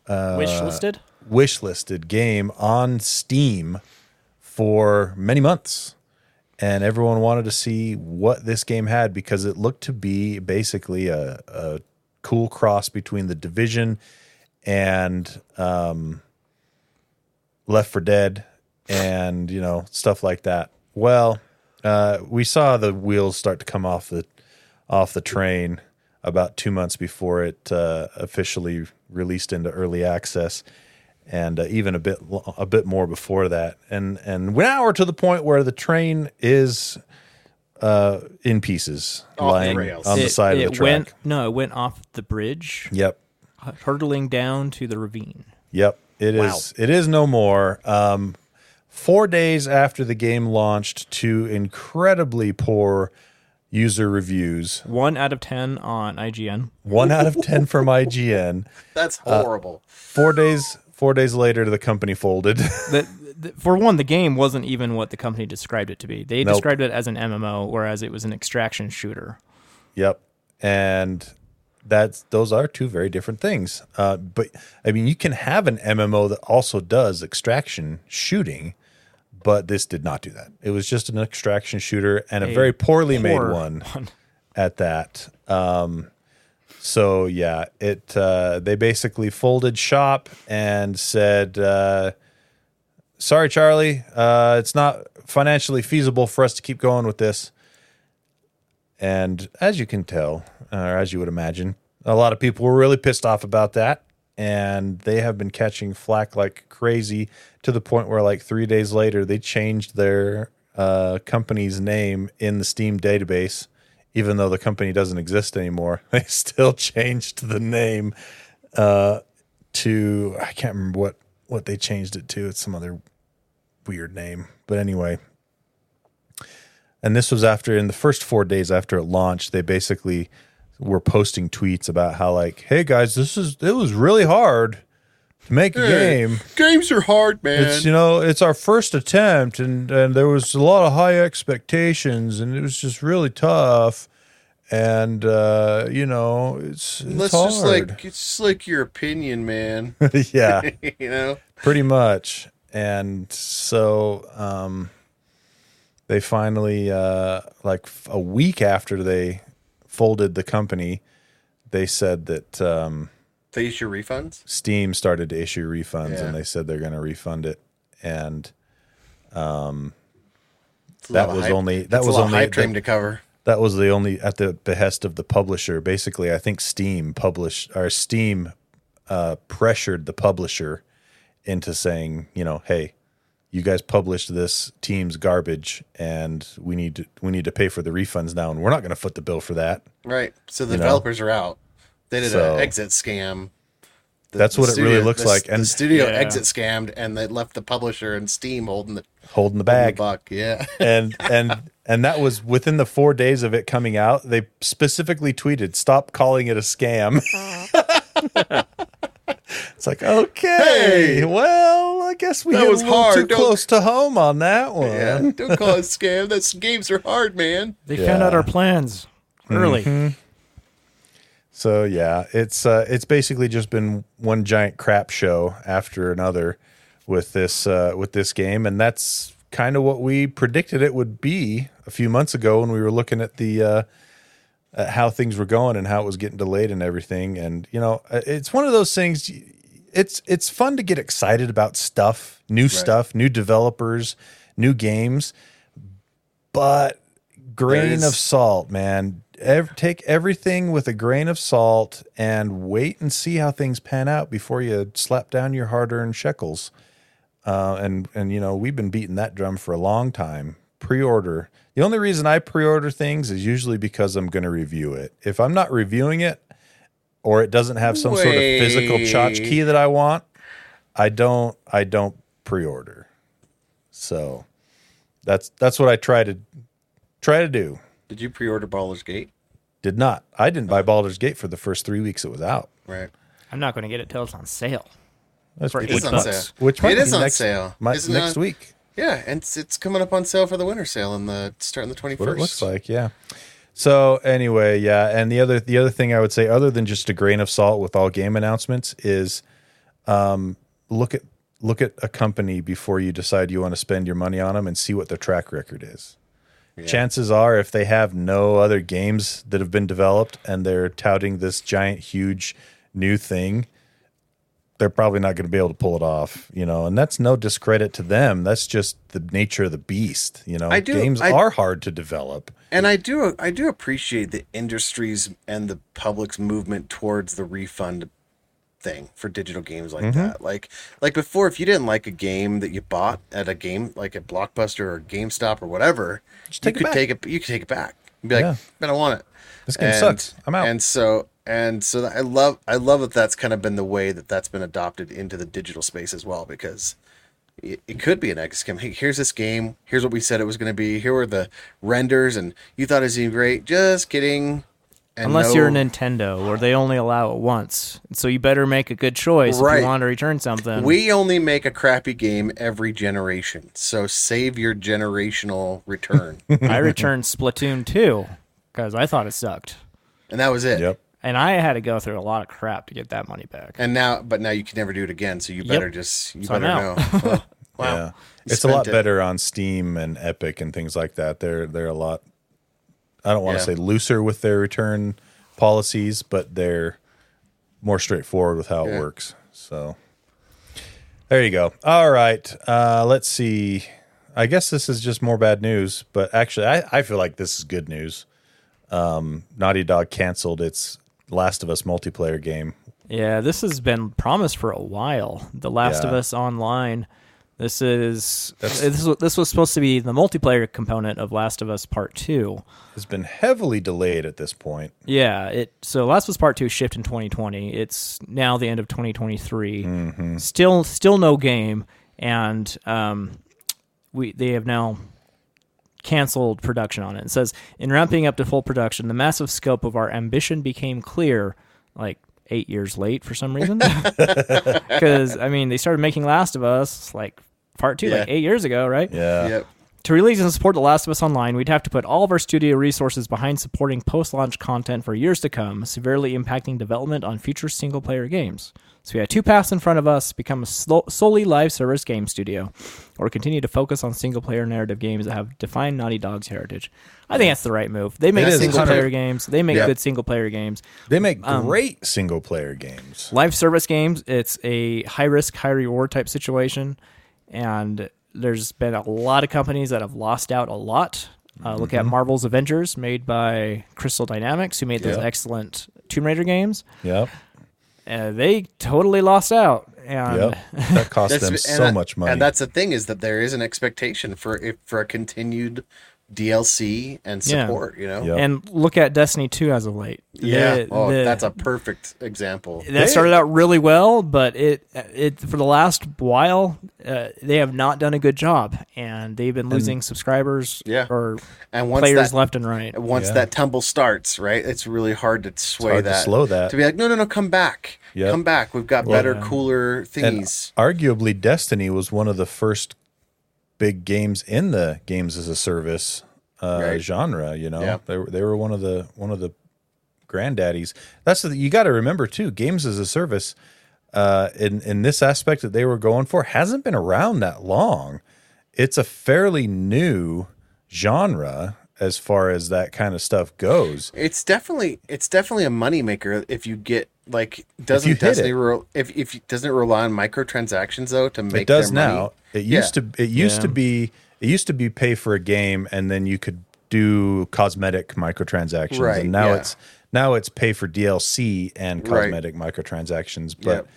Speaker 4: Uh,
Speaker 3: Wish listed?
Speaker 1: wishlisted game on Steam for many months. And everyone wanted to see what this game had because it looked to be basically a, a cool cross between The Division and um, Left for Dead and, you know, stuff like that. Well, uh, we saw the wheels start to come off the off the train about two months before it uh, officially released into early access, and uh, even a bit lo- a bit more before that. And and now we're to the point where the train is uh, in pieces,
Speaker 5: Off the
Speaker 1: lying
Speaker 5: rails.
Speaker 1: on the
Speaker 3: It-
Speaker 1: side
Speaker 3: it
Speaker 1: of the track.
Speaker 3: Went, no, it went off the bridge,
Speaker 1: Yep,
Speaker 3: hurtling down to the ravine.
Speaker 1: Yep, it is. It is no more. Um, four days after the game launched, to incredibly poor user reviews.
Speaker 3: One out of 10 on IGN.
Speaker 1: One out of ten from IGN.
Speaker 5: That's horrible.
Speaker 1: Four days. Four days later, the company folded.
Speaker 3: The, the, for one, the game wasn't even what the company described it to be. They
Speaker 1: Nope.
Speaker 3: described it as an MMO, whereas it was an extraction shooter.
Speaker 1: Yep. And that's those are two very different things. Uh, but I mean, you can have an MMO that also does extraction shooting, but this did not do that. It was just an extraction shooter and a, very poorly
Speaker 3: poor
Speaker 1: made one, at that. Um, so yeah, it uh, they basically folded shop and said. Uh, Sorry, Charlie. Uh, it's not financially feasible for us to keep going with this. And as you can tell, or as you would imagine, a lot of people were really pissed off about that. And they have been catching flack like crazy to the point where, like, three days later, they changed their uh, company's name in the Steam database. Even though the company doesn't exist anymore, they still changed the name uh, to, I can't remember what, what they changed it to. It's some other weird name. But anyway, and this was after in the first four days after it launched, they basically were posting tweets about how like, hey guys, this is it was really hard to make a game.
Speaker 5: Games are hard, man.
Speaker 1: It's you know, it's our first attempt and, and there was a lot of high expectations and it was just really tough. and uh, you know, it's, it's
Speaker 5: Let's
Speaker 1: hard.
Speaker 5: just like it's just like your opinion, man.
Speaker 1: yeah,
Speaker 5: you know,
Speaker 1: pretty much. And so um, they finally, uh, like f- a week after they folded the company, they said that um,
Speaker 5: they issue refunds.
Speaker 1: Steam started to issue refunds,
Speaker 5: Yeah.
Speaker 1: and they said they're going to refund it. And
Speaker 5: It's a
Speaker 1: That
Speaker 5: lot of
Speaker 1: was
Speaker 5: hype-
Speaker 1: only- that
Speaker 5: that's a
Speaker 1: was
Speaker 5: lot of
Speaker 1: only-
Speaker 5: hype train
Speaker 1: that-
Speaker 5: to cover.
Speaker 1: that was the only at the behest of the publisher. Basically, I think Steam published or Steam uh, pressured the publisher into saying, you know, hey, you guys published this team's garbage, and we need to, we need to pay for the refunds now, and we're not going to foot the bill for that.
Speaker 5: Right. So the
Speaker 1: You know?
Speaker 5: developers are out. They did
Speaker 1: So-
Speaker 5: an exit scam. The-
Speaker 1: That's
Speaker 5: the
Speaker 1: what it really looks
Speaker 5: the s-
Speaker 1: like, and-
Speaker 5: the studio
Speaker 3: Yeah.
Speaker 5: exit scammed, and they left the publisher and Steam holding the,
Speaker 1: Holding the
Speaker 5: holding the
Speaker 1: bag,
Speaker 5: buck. Yeah.
Speaker 1: and and and that was within the four days of it coming out. They specifically tweeted, "Stop calling it a scam." it's like, okay,
Speaker 5: Hey!
Speaker 1: well, I guess we
Speaker 5: That
Speaker 1: hit
Speaker 5: was
Speaker 1: a little
Speaker 5: hard.
Speaker 1: too
Speaker 5: Don't-
Speaker 1: close to home on that one.
Speaker 5: yeah. Don't call it scam. That's games are hard, man.
Speaker 3: They found out
Speaker 1: Yeah.
Speaker 3: our plans early.
Speaker 1: So yeah, it's uh, it's basically just been one giant crap show after another with this uh, with this game, and that's kind of what we predicted it would be a few months ago when we were looking at the uh, at how things were going and how it was getting delayed and everything. And you know, uh, it's one of those things. y- It's it's fun to get excited about stuff, new stuff, new developers, new games, but grain
Speaker 5: is-
Speaker 1: of salt, man. Ev- take everything with a grain of salt and wait and see how things pan out before you slap down your hard-earned shekels. Uh, and and you know we've been beating that drum for a long time. Pre-order. The only reason I pre-order things is usually because I'm going to review it. If I'm not reviewing it, or it doesn't have some sort of physical tchotchke that I want, I don't. I don't pre-order. So that's that's what I try to try to do.
Speaker 5: Did you pre-order Ballers Gate?
Speaker 1: Did not. I didn't buy Baldur's Gate for the first three weeks it was out.
Speaker 5: Right.
Speaker 3: I'm not going to get it till it's on sale.
Speaker 1: That's
Speaker 3: For
Speaker 1: pretty-
Speaker 5: It is
Speaker 3: Eight
Speaker 5: on
Speaker 3: bucks.
Speaker 5: sale.
Speaker 1: Which might
Speaker 5: it
Speaker 1: be
Speaker 5: is on
Speaker 1: next-
Speaker 5: sale.
Speaker 1: my,
Speaker 5: Isn't it
Speaker 1: next
Speaker 5: on-
Speaker 1: week.
Speaker 5: Yeah, and it's, it's coming up on sale for the winter sale in the starting the twenty
Speaker 1: what
Speaker 5: first.
Speaker 1: it looks like. Yeah. So anyway, yeah, and the other the other thing I would say, other than just a grain of salt with all game announcements, is um, look at look at a company before you decide you want to spend your money on them and see what their track record is. Chances are, if they have no other games that have been developed and they're touting this giant, huge new thing, they're probably not going to be able to pull it off, you know. And that's no discredit to them. That's just the nature of the beast, you know.
Speaker 5: I do-
Speaker 1: games
Speaker 5: I-
Speaker 1: are hard to develop.
Speaker 5: And I do I do appreciate the industries and the public's movement towards the refund thing for digital games like
Speaker 1: Mm-hmm.
Speaker 5: that. Like like before, if you didn't like a game that you bought at a game like at Blockbuster or GameStop or whatever,
Speaker 1: take it
Speaker 5: you could
Speaker 1: back.
Speaker 5: take it you could take it back. You'd be like,
Speaker 1: Yeah.
Speaker 5: I don't want it.
Speaker 1: This game sucks. I'm out.
Speaker 5: And so and so I love I love that that's kind of been the way that that's been adopted into the digital space as well because it, it could be an X game. Hey, here's this game. Here's what we said it was going to be. Here were the renders, and you thought it was gonna be great. Just kidding. And
Speaker 3: Unless
Speaker 5: no-
Speaker 3: you're a Nintendo, where they only allow it once, so you better make a good choice if
Speaker 5: Right.
Speaker 3: you want to return something.
Speaker 5: we only make a crappy game every generation, so save your generational return.
Speaker 3: I returned Splatoon 2 because I thought it sucked,
Speaker 5: and that was it.
Speaker 1: Yep.
Speaker 3: and I had to go through a lot of crap to get that money back.
Speaker 5: And now, but now you can never do it again. So you better just you
Speaker 3: So I'm
Speaker 5: better know.
Speaker 3: out.
Speaker 5: Well, wow,
Speaker 1: Yeah.
Speaker 5: You
Speaker 1: It's a lot
Speaker 5: spent it.
Speaker 1: better on Steam and Epic and things like that. They're they're a lot I don't want
Speaker 5: Yeah.
Speaker 1: to say looser with their return policies, but they're more straightforward with how it
Speaker 5: Yeah.
Speaker 1: works. So there you go. All right. Uh, let's see. I guess this is just more bad news, but actually I, I feel like this is good news. Um, Naughty Dog canceled its Last of Us multiplayer game.
Speaker 3: Yeah, this has been promised for a while. The Last of
Speaker 1: Yeah.
Speaker 3: Us Online. This is this was, this was supposed to be the multiplayer component of Last of Us Part 2.
Speaker 1: It's been heavily delayed at this point.
Speaker 3: Yeah, it so Last of Us Part 2 shipped in 2020. It's now the end of 2023. Still still no game and um we they have now canceled production on it. It says in ramping up to full production, the massive scope of our ambition became clear like 8 years late for some reason. Cuz I mean, they started making Last of Us like Part 2 like
Speaker 5: Yeah.
Speaker 3: 8 years ago, right?
Speaker 1: Yeah.
Speaker 5: Yep.
Speaker 3: To release and support The Last of Us Online, we'd have to put all of our studio resources behind supporting post launch content for years to come, severely impacting development on future single player games. So we had two paths in front of us become a slo- solely live service game studio, or continue to focus on single player narrative games that have defined Naughty Dog's heritage. I think that's the right move. They make
Speaker 1: It is,
Speaker 3: single player
Speaker 1: 100.
Speaker 3: games, they make
Speaker 5: Yeah.
Speaker 3: good single player games.
Speaker 1: They make
Speaker 5: Um,
Speaker 1: great single player games.
Speaker 3: Live service games, it's a high risk, high reward type situation. And there's been a lot of companies that have lost out a lot. Uh, Look
Speaker 5: Mm-hmm.
Speaker 3: at Marvel's Avengers, made by Crystal Dynamics, who made those
Speaker 1: Yeah.
Speaker 3: excellent Tomb Raider games.
Speaker 1: Yep.
Speaker 3: Uh, they totally lost out. And
Speaker 1: Yep. That cost them
Speaker 5: um, and
Speaker 1: so
Speaker 5: that-
Speaker 1: much money.
Speaker 5: And that's the thing is that there is an expectation for if for a continued DLC and
Speaker 3: Yeah.
Speaker 5: support. You know,
Speaker 1: Yep.
Speaker 3: and look at Destiny 2 as of late.
Speaker 5: yeah.
Speaker 3: The-
Speaker 5: oh,
Speaker 3: the-
Speaker 5: that's a perfect example.
Speaker 3: that started out really well, but it it for the last while uh, they have not done a good job, and they've been losing subscribers
Speaker 5: Yeah.
Speaker 3: or
Speaker 5: And once
Speaker 3: players
Speaker 5: that-
Speaker 3: left and right.
Speaker 5: Once
Speaker 1: Yeah.
Speaker 5: that tumble starts, right? It's really hard to sway
Speaker 1: hard to
Speaker 5: that,
Speaker 1: slow that.
Speaker 5: to be like, no, no, no, come back,
Speaker 1: Yep.
Speaker 5: come back. We've got better, cooler
Speaker 1: And
Speaker 5: thingies.
Speaker 1: arguably, Destiny was one of the first big games in the games as a service uh,
Speaker 5: Right.
Speaker 1: genre. You know,
Speaker 5: Yeah.
Speaker 1: they were they were one of the one of the granddaddies. That's the, you got to remember too. Games as a service, uh, in in this aspect that they were going for, hasn't been around that long. It's a fairly new genre as far as that kind of stuff goes.
Speaker 5: It's definitely it's definitely a moneymaker if you get like doesn't
Speaker 1: you hit
Speaker 5: Destiny
Speaker 1: it.
Speaker 5: re- if if you- doesn't it rely on microtransactions though to make
Speaker 1: it does
Speaker 5: their money?
Speaker 1: now. It
Speaker 5: Yeah.
Speaker 1: used to it used to be it used to be pay for a game and then you could do cosmetic microtransactions
Speaker 5: Right,
Speaker 1: and now
Speaker 5: yeah.
Speaker 1: it's now it's pay for DLC and
Speaker 5: Right.
Speaker 1: cosmetic microtransactions but
Speaker 5: Yep.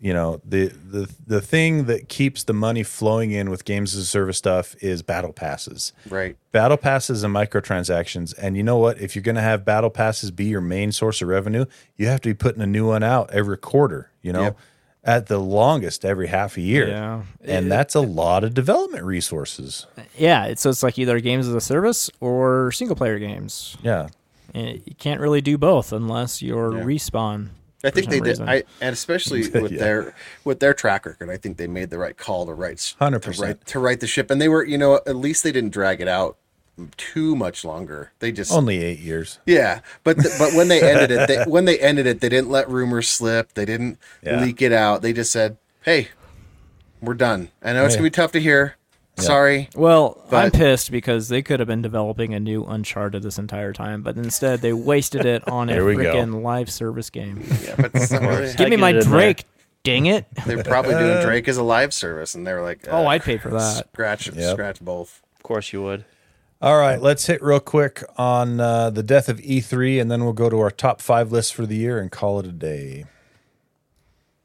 Speaker 1: you know the the the thing that keeps the money flowing in with games as a service stuff is battle passes
Speaker 5: Right.
Speaker 1: battle passes and microtransactions. And you know what? If you're going to have battle passes be your main source of revenue, you have to be putting a new one out every quarter, you know,
Speaker 5: Yep.
Speaker 1: at the longest every half a year.
Speaker 3: Yeah.
Speaker 1: And that's a lot of development resources.
Speaker 3: Yeah, it's, so it's like either games as a service or single player games.
Speaker 1: Yeah.
Speaker 3: Eh, You can't really do both unless you're respawn.
Speaker 5: I
Speaker 3: for
Speaker 5: think
Speaker 3: some
Speaker 5: they did,
Speaker 3: reason.
Speaker 5: I, and especially with
Speaker 1: Yeah.
Speaker 5: their with their track record, I think they made the right call to right s- to
Speaker 1: 100%.
Speaker 5: right to right the ship. And they were, you know, at least they didn't drag it out too much longer. They just
Speaker 1: Only eight years.
Speaker 5: yeah, but th- but when they ended it, they, when they ended it, they didn't let rumors slip. They didn't
Speaker 1: Yeah.
Speaker 5: leak it out. They just said, "Hey, we're done." I know it's
Speaker 1: Yeah.
Speaker 5: gonna be tough to hear. Sorry.
Speaker 3: well, I'm
Speaker 5: But-
Speaker 3: pissed because they could have been developing a new Uncharted this entire time, but instead they wasted it on a
Speaker 1: There we go.
Speaker 3: freaking live service game.
Speaker 5: Yeah, but it's not really-
Speaker 3: Give me
Speaker 4: get
Speaker 3: my
Speaker 4: it in there.
Speaker 3: Drake, dang it!
Speaker 5: they're probably doing Drake as a live service, and they were like,
Speaker 3: Oh,
Speaker 5: "Uh,
Speaker 3: I'd pay for that.
Speaker 5: scratch
Speaker 1: Yep.
Speaker 5: scratch both."
Speaker 4: Of course you would.
Speaker 1: All right. Let's hit real quick on uh, the death of E3, and then we'll go to our top five list for the year and call it a day.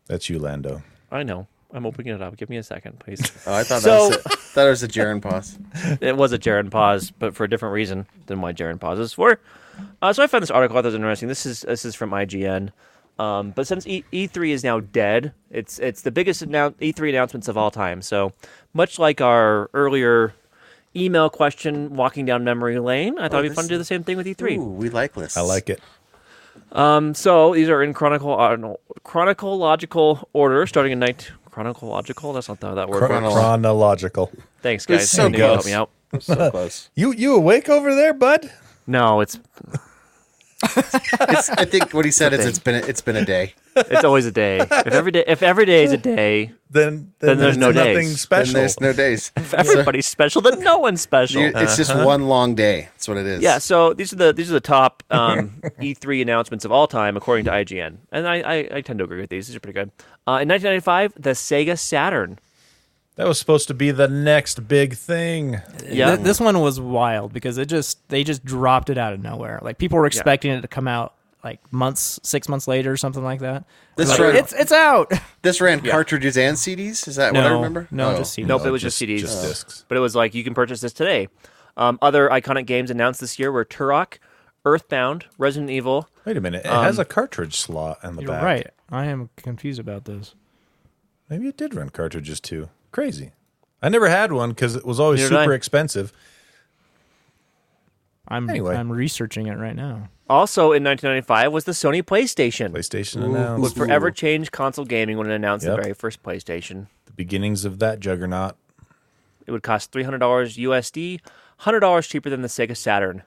Speaker 1: That's you, Lando.
Speaker 4: I know. I'm opening it up. Give me a second, please.
Speaker 5: Oh, I thought
Speaker 4: So-
Speaker 5: that was a, thought it was a Jaren pause.
Speaker 4: it was a Jaron pause, but for a different reason than why Jaron pauses for. Uh, so I found this article I thought was interesting. This is this is from IGN. Um, but since e- E3 is now dead, it's it's the biggest annou- E3 announcements of all time. So much like our earlier email question, walking down memory lane, I thought it'd be
Speaker 5: this
Speaker 4: fun to do the same thing with E E3.
Speaker 5: Ooh, we like lists.
Speaker 1: I like it.
Speaker 4: Um, so these are in chronicle uh, no, chronological order, starting in night chronological. That's not how that word.
Speaker 1: Chron-
Speaker 4: works.
Speaker 1: chronological.
Speaker 4: Thanks, guys.
Speaker 5: so
Speaker 4: I knew you'd help
Speaker 5: close.
Speaker 4: me out.
Speaker 5: so close.
Speaker 1: You you awake over there, bud?
Speaker 4: No, it's
Speaker 5: It's, I think what he said is
Speaker 4: thing.
Speaker 5: it's been a, it's been a day.
Speaker 4: it's always a day. If every day, if every day is a day,
Speaker 1: then
Speaker 4: Then there's no
Speaker 1: nothing
Speaker 4: days.
Speaker 5: And
Speaker 1: special.
Speaker 5: there's no days.
Speaker 4: if everybody's special, then no one's special.
Speaker 5: You- It's just
Speaker 1: Uh-huh.
Speaker 5: one long day. That's what it is.
Speaker 4: yeah. So these are the these are the top um, E3 announcements of all time according to IGN, and I, I, I tend to agree with these. These are pretty good. Uh, in 1995, the Sega Saturn.
Speaker 1: that was supposed to be the next big thing.
Speaker 4: Yeah.
Speaker 3: Th- this one was wild because it just they just dropped it out of nowhere. Like people were expecting it to come out like months, six months later or something like that.
Speaker 5: This
Speaker 3: Like,
Speaker 5: ran,
Speaker 3: it's it's out.
Speaker 5: this ran cartridges and CDs. Is that what I
Speaker 3: No,
Speaker 5: remember?
Speaker 3: no,
Speaker 5: Oh.
Speaker 3: just CDs.
Speaker 4: Nope, it was just, Oh. CDs.
Speaker 1: just discs.
Speaker 4: But it was like you can purchase this today. Um, other iconic games announced this year were Turok, Earthbound, Resident Evil.
Speaker 1: Wait a minute, it
Speaker 4: Um,
Speaker 1: has a cartridge slot in the
Speaker 3: You're
Speaker 1: back.
Speaker 3: right. I am confused about this.
Speaker 1: Maybe it did run cartridges too. Crazy. I never had one because it was always
Speaker 4: Neither did
Speaker 1: super
Speaker 4: I.
Speaker 1: expensive.
Speaker 3: I'm
Speaker 1: Anyway.
Speaker 3: I'm researching it right now.
Speaker 4: Also in 1995 was the Sony PlayStation.
Speaker 1: PlayStation announced
Speaker 4: Would forever change console gaming when it announced
Speaker 1: Yep.
Speaker 4: the very first PlayStation.
Speaker 1: the beginnings of that juggernaut.
Speaker 4: It would cost three hundred dollars USD, hundred dollars cheaper than the Sega Saturn,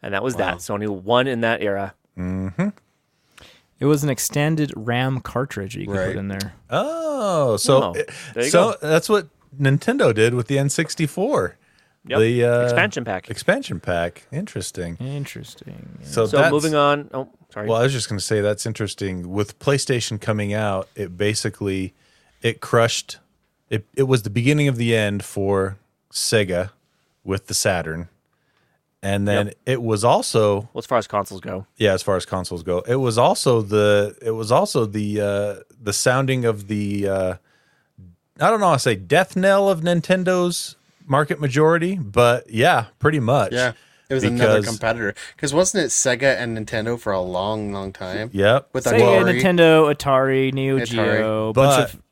Speaker 4: and that was that. Sony won in that era.
Speaker 3: It was an extended RAM cartridge that you could
Speaker 5: Right.
Speaker 3: put in there.
Speaker 1: Oh, so
Speaker 4: Oh, there you
Speaker 1: so that's what Nintendo did with the N64.
Speaker 4: Yep.
Speaker 1: The uh,
Speaker 4: Expansion pack.
Speaker 1: Expansion pack. Interesting.
Speaker 3: Interesting.
Speaker 1: So,
Speaker 4: So
Speaker 1: that's,
Speaker 4: moving on. Oh, sorry.
Speaker 1: Well, I was just going to say that's interesting. With PlayStation coming out, it basically it crushed. It it was the beginning of the end for Sega with the Saturn, and then it was also
Speaker 4: well, as far as consoles go,
Speaker 1: yeah, as far as consoles go, it was also the it was also the uh, the sounding of the uh, I don't know how to say death knell of Nintendo's market majority, but yeah, pretty much.
Speaker 5: Yeah, it was another
Speaker 1: Because-
Speaker 5: competitor. Because wasn't it Sega and Nintendo for a long, long time?
Speaker 1: Yep.
Speaker 5: With
Speaker 3: Sega,
Speaker 5: Atari.
Speaker 3: Nintendo, Atari, Neo
Speaker 5: Atari.
Speaker 3: Geo, bunch of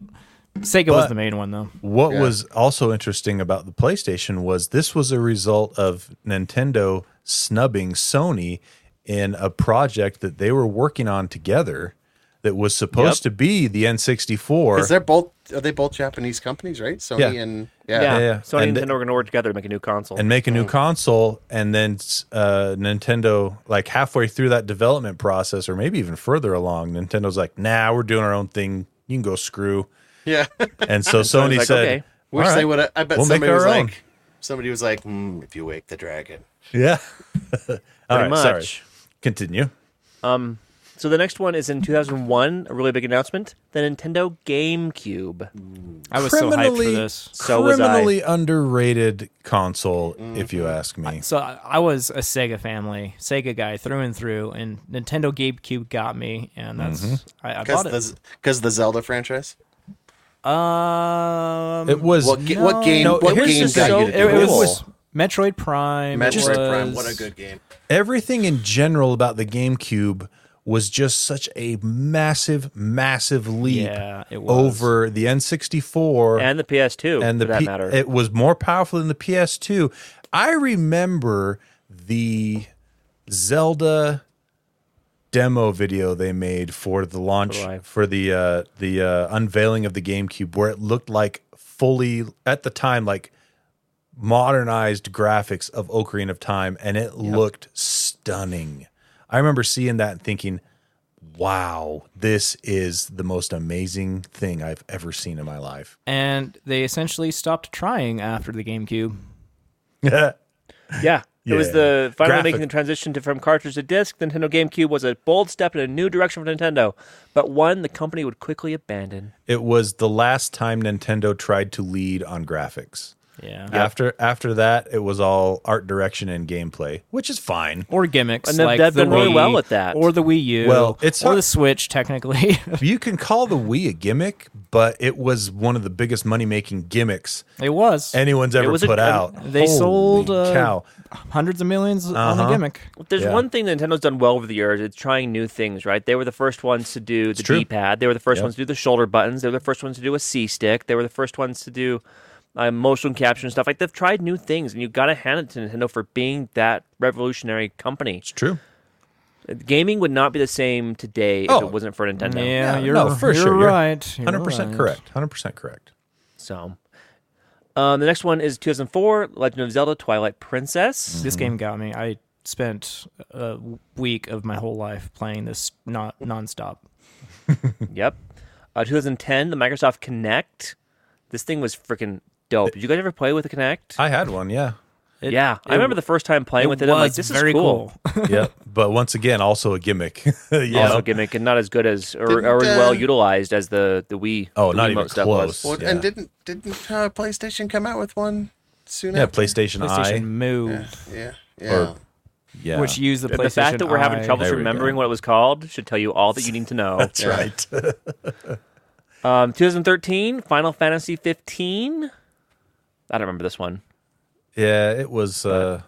Speaker 3: Sega was
Speaker 1: but-
Speaker 3: the main one though.
Speaker 1: What
Speaker 5: Yeah.
Speaker 1: was also interesting about the PlayStation was this was a result of Nintendo snubbing Sony in a project that they were working on together that was supposed to be the
Speaker 5: Because
Speaker 1: N64.
Speaker 5: they're both are they both Japanese companies, right? Sony
Speaker 1: Yeah.
Speaker 5: and
Speaker 4: yeah,
Speaker 5: yeah.
Speaker 1: yeah.
Speaker 4: Sony
Speaker 1: And
Speaker 4: and
Speaker 1: th-
Speaker 4: Nintendo were going to work together to make a new console.
Speaker 1: And make a new console, and then uh, Nintendo, like halfway through that development process, or maybe even further along, Nintendo's like, "Nah, we're doing our own thing. You can go screw."
Speaker 5: yeah.
Speaker 1: And so Sony
Speaker 4: like,
Speaker 1: said,
Speaker 4: "Okay,
Speaker 5: Which
Speaker 1: "All right,
Speaker 5: they would. I bet
Speaker 1: we'll make
Speaker 5: somebody was
Speaker 1: our own."
Speaker 5: like, somebody was like, mm, if you wake the dragon.
Speaker 1: yeah." All
Speaker 4: pretty
Speaker 1: right,
Speaker 4: much.
Speaker 1: sorry. Continue.
Speaker 4: So the next one is in 2001, a really big announcement: the Nintendo GameCube.
Speaker 3: I was so hyped for
Speaker 1: Criminally-
Speaker 3: this.
Speaker 4: So was I. Mm-hmm.
Speaker 1: criminally underrated console, if you ask me.
Speaker 3: So I I was a Sega family, Sega guy through and through, and Nintendo GameCube got me, and that's I, I
Speaker 5: Because
Speaker 3: bought it.
Speaker 5: the because the Zelda franchise.
Speaker 3: um,
Speaker 1: It was
Speaker 5: What ga- what game?
Speaker 1: No,
Speaker 5: what
Speaker 1: here's
Speaker 5: game got
Speaker 1: just
Speaker 4: so-
Speaker 5: you
Speaker 3: it,
Speaker 5: to do
Speaker 3: it
Speaker 5: this?
Speaker 3: was Metroid Prime. it
Speaker 5: Metroid Prime.
Speaker 3: was-
Speaker 5: What a good game.
Speaker 1: everything in general about the GameCube was just such a massive, massive leap
Speaker 3: Yeah, it was.
Speaker 1: over the N64
Speaker 4: and the PS2,
Speaker 1: and the
Speaker 4: for that
Speaker 1: P-
Speaker 4: matter.
Speaker 1: It was more powerful than the PS2. I remember the Zelda demo video they made for the launch
Speaker 4: For live.
Speaker 1: for the uh, the uh, unveiling of the GameCube, where it looked like fully at the time like modernized graphics of Ocarina of Time, and it looked stunning. I remember seeing that and thinking. Wow, this is the most amazing thing I've ever seen in my life.
Speaker 3: And they essentially stopped trying after the GameCube.
Speaker 4: Yeah. It was
Speaker 1: Yeah.
Speaker 4: the finally
Speaker 1: Graphic-
Speaker 4: making the transition to, from cartridge to disc. The Nintendo GameCube was a bold step in a new direction for Nintendo, but one the company would quickly abandon.
Speaker 1: It was the last time Nintendo tried to lead on graphics.
Speaker 3: Yeah.
Speaker 1: After after that, it was all art direction and gameplay, which is fine.
Speaker 3: Or gimmicks.
Speaker 4: And they've-
Speaker 3: like
Speaker 4: they've
Speaker 3: the
Speaker 4: done really
Speaker 3: Wii,
Speaker 4: well at that.
Speaker 3: Or the Wii U.
Speaker 1: Well, it's
Speaker 3: or
Speaker 1: not-
Speaker 3: the Switch, technically.
Speaker 1: You can call the Wii a gimmick, but it was one of the biggest money making gimmicks
Speaker 3: it was.
Speaker 1: anyone's ever
Speaker 4: was a-
Speaker 1: put
Speaker 4: a-
Speaker 1: out.
Speaker 3: they
Speaker 1: Holy
Speaker 3: sold, uh,
Speaker 1: cow.
Speaker 3: Hundreds of 1000000s on
Speaker 1: Uh-huh.
Speaker 3: the gimmick.
Speaker 4: There's
Speaker 1: Yeah.
Speaker 4: one thing that Nintendo's done well over the years. It's trying new things, right? They were the first ones to do the
Speaker 1: true.
Speaker 4: D-pad. They were the first
Speaker 1: Yep.
Speaker 4: ones to do the shoulder buttons. They were the first ones to do a C-stick. They were the first ones to do uh, motion capture and stuff. Like they've tried new things, and you've got to hand it to Nintendo for being that revolutionary company.
Speaker 1: It's true.
Speaker 4: Gaming would not be the same today if
Speaker 1: Oh.
Speaker 4: it wasn't for Nintendo.
Speaker 3: Yeah,
Speaker 1: Yeah,
Speaker 3: you're,
Speaker 1: no, for
Speaker 3: you're
Speaker 1: sure. You're
Speaker 3: right. You're
Speaker 1: 100%
Speaker 3: right.
Speaker 1: correct. 100% correct.
Speaker 4: So, um, the next one is 2004 Legend of Zelda Twilight Princess.
Speaker 3: This game got me. I spent a week of my whole life playing this non nonstop.
Speaker 1: Mm.
Speaker 4: Yep. Uh, 2010, the Microsoft Connect. This thing was freaking dope. Did you guys ever play with the Connect?
Speaker 1: I had one, yeah.
Speaker 4: yeah. I remember the first time playing with it. I'm like, this is cool.
Speaker 1: yeah. But once again, also a gimmick. you
Speaker 4: Also
Speaker 1: know?
Speaker 4: gimmick and not as good as or,
Speaker 5: Didn't,
Speaker 4: or as well
Speaker 5: uh,
Speaker 4: utilized as the the Wii.
Speaker 1: Oh,
Speaker 4: the
Speaker 1: not
Speaker 4: Wiimote
Speaker 1: even
Speaker 4: stuff was.
Speaker 1: close.
Speaker 5: Well,
Speaker 1: Yeah.
Speaker 5: And didn't didn't uh, PlayStation come out with one soon?
Speaker 1: Yeah,
Speaker 5: after?
Speaker 1: PlayStation,
Speaker 3: PlayStation Move,
Speaker 5: Yeah, yeah.
Speaker 1: Or- I. Yeah.
Speaker 3: which used the
Speaker 4: The,
Speaker 3: PlayStation.
Speaker 4: fact that we're having
Speaker 3: I.
Speaker 4: trouble
Speaker 1: There we
Speaker 4: remembering
Speaker 1: go.
Speaker 4: what it was called should tell you all that you need to know.
Speaker 1: That's right.
Speaker 4: um, 2013, Final Fantasy 15. I don't remember this one.
Speaker 1: Yeah, it was. Uh,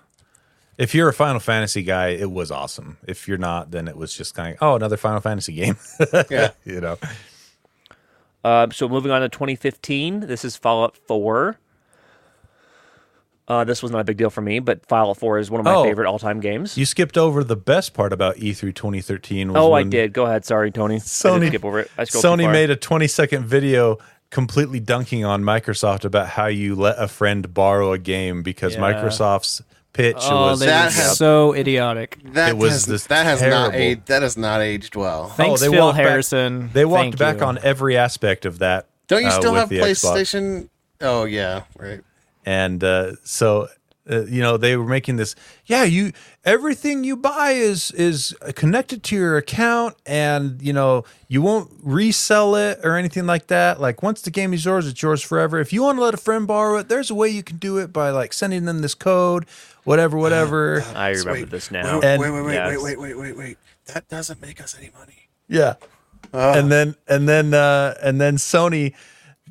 Speaker 1: if you're a Final Fantasy guy, it was awesome. If you're not, then it was just kind of oh, another Final Fantasy game.
Speaker 5: Yeah.
Speaker 1: you know.
Speaker 4: Um, so moving on to 2015, this is Fallout 4. Uh, this was not a big deal for me, but Fallout 4 is one of my
Speaker 1: Oh.
Speaker 4: favorite all-time games.
Speaker 1: You skipped over the best part about E E3 2013. Was
Speaker 4: oh, I
Speaker 1: when
Speaker 4: did. Go ahead. Sorry, Tony. I did
Speaker 1: Sony
Speaker 4: skip over it. I scrolled too
Speaker 1: Sony
Speaker 4: far.
Speaker 1: made a 20 second video completely dunking on Microsoft about how you let a friend borrow a game because
Speaker 3: Yeah.
Speaker 1: Microsoft's pitch
Speaker 3: Oh,
Speaker 1: was
Speaker 3: they
Speaker 5: That
Speaker 3: were
Speaker 5: has-
Speaker 3: so idiotic.
Speaker 5: That
Speaker 1: It was
Speaker 5: has,
Speaker 1: this
Speaker 5: that has
Speaker 1: terrible-
Speaker 5: not aged, that has not aged well.
Speaker 3: Thanks,
Speaker 1: Oh, they
Speaker 3: Phil
Speaker 1: walked back-
Speaker 3: Harrison.
Speaker 1: They walked
Speaker 3: Thank
Speaker 1: back
Speaker 3: you.
Speaker 1: on every aspect of that.
Speaker 5: Don't you
Speaker 1: uh,
Speaker 5: still
Speaker 1: with
Speaker 5: have
Speaker 1: the Xbox.
Speaker 5: PlayStation? Oh yeah, right.
Speaker 1: And uh, so, uh, you know, they were making this. Yeah, you everything you buy is is connected to your account, and you know you won't resell it or anything like that. Like once the game is yours, it's yours forever. If you want to let a friend borrow it, there's a way you can do it by like sending them this code, whatever,
Speaker 5: Oh,
Speaker 1: whatever.
Speaker 4: I remember this now.
Speaker 1: And-
Speaker 4: yeah, it's-
Speaker 5: wait, wait, wait. That doesn't make us any money.
Speaker 1: Yeah.
Speaker 5: Ah.
Speaker 1: And then and then uh, and then Sony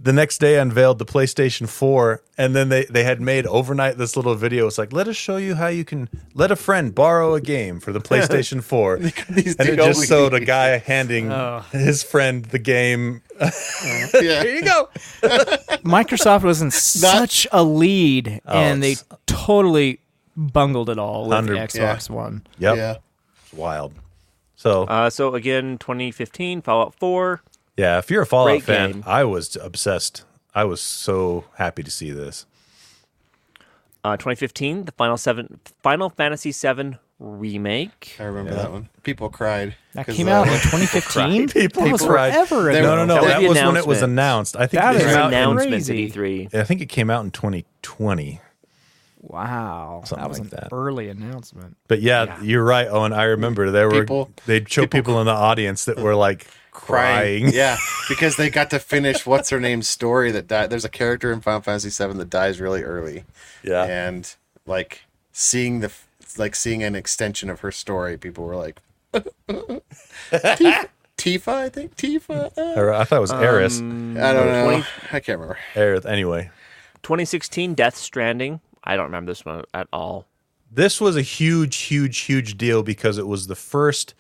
Speaker 1: the next day unveiled the PlayStation 4 and then they they had made overnight this little video it's like let us show you how you can let a friend borrow a game for the PlayStation 4 and
Speaker 5: These
Speaker 1: it
Speaker 5: dudes-
Speaker 1: just showed a guy handing his friend the game
Speaker 5: Yeah.
Speaker 1: here you go
Speaker 3: Microsoft was in such a lead, and they
Speaker 1: it's-
Speaker 3: totally bungled it all with the
Speaker 1: 100
Speaker 3: Xbox One.
Speaker 1: yep
Speaker 5: Yeah.
Speaker 1: it's wild so
Speaker 4: Uh, so again, 2015, Fallout 4.
Speaker 1: yeah if you're a Fallout
Speaker 4: great
Speaker 1: fan
Speaker 4: game.
Speaker 1: I was obsessed I was so happy to see this
Speaker 4: Uh, 2015, the final seven, Final Fantasy 7 remake.
Speaker 5: I remember that one. People cried.
Speaker 3: That
Speaker 5: 'cause,
Speaker 3: came
Speaker 5: uh,
Speaker 3: out in 2015.
Speaker 1: people
Speaker 3: that was
Speaker 1: cried.
Speaker 3: forever ago.
Speaker 5: They
Speaker 1: no no no
Speaker 4: That was
Speaker 1: that was
Speaker 4: the
Speaker 1: when it was
Speaker 4: announcement.
Speaker 1: announced I think it
Speaker 3: That is
Speaker 1: came
Speaker 4: There's an
Speaker 1: out in
Speaker 4: announcement
Speaker 3: crazy.
Speaker 4: at E3.
Speaker 1: I think it came out in 2020.
Speaker 3: Wow,
Speaker 1: Something
Speaker 3: that was
Speaker 1: like
Speaker 3: an
Speaker 1: that.
Speaker 3: early announcement.
Speaker 1: But yeah, you're right, Owen. I remember there were
Speaker 5: People-
Speaker 1: they'd show people, in the audience that were like crying.
Speaker 5: yeah, because they got to finish what's her name's story that died. There's a character in Final Fantasy VII that dies really early,
Speaker 1: Yeah.
Speaker 5: and like seeing the like seeing an extension of her story, people were like, Tifa, Tifa, I think Tifa. uh,
Speaker 1: Or I thought it was Eris.
Speaker 5: I don't know.
Speaker 4: twenty-
Speaker 5: I can't remember.
Speaker 1: Aerith. Anyway,
Speaker 4: 2016, Death Stranding. I don't remember this one at all.
Speaker 1: this was a huge, huge, huge deal because it was the first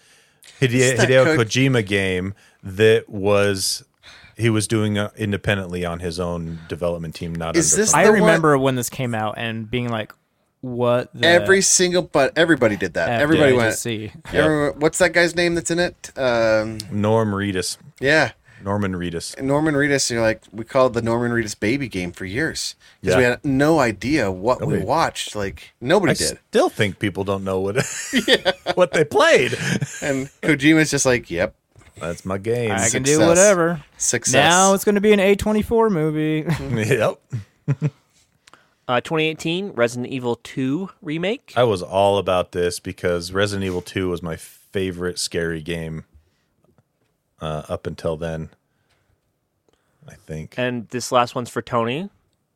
Speaker 1: Hide-
Speaker 5: It's that
Speaker 1: Hideo
Speaker 5: Ko-
Speaker 1: Kojima game that was he was doing uh, independently on his own development team. Not
Speaker 5: Is
Speaker 1: under
Speaker 5: this-
Speaker 1: Konami.
Speaker 3: I
Speaker 5: the one-
Speaker 3: remember when this came out and being like, "What the
Speaker 5: Every single but everybody did that.
Speaker 3: F
Speaker 5: everybody
Speaker 3: did I
Speaker 5: went.
Speaker 3: just see?"
Speaker 5: everyone- what's that guy's name that's in it? Um,
Speaker 1: Norm Reedus,
Speaker 5: yeah,
Speaker 1: Norman Reedus.
Speaker 5: Norman Reedus, you're like we called the Norman Reedus baby game for years because
Speaker 1: Yeah.
Speaker 5: we had no idea what we
Speaker 1: Nobody-
Speaker 5: watched. Like nobody
Speaker 1: I
Speaker 5: did,
Speaker 1: still think people don't know what what they played.
Speaker 5: and Kojima's just like, "Yep,
Speaker 1: That's my game.
Speaker 3: I can do
Speaker 5: Success.
Speaker 3: whatever.
Speaker 5: success."
Speaker 3: Now it's going to be an A24 movie.
Speaker 1: yep.
Speaker 4: Uh, 2018, Resident Evil 2 remake.
Speaker 1: I was all about this because Resident Evil 2 was my favorite scary game uh, up until then. I think.
Speaker 4: and this last one's for Tony.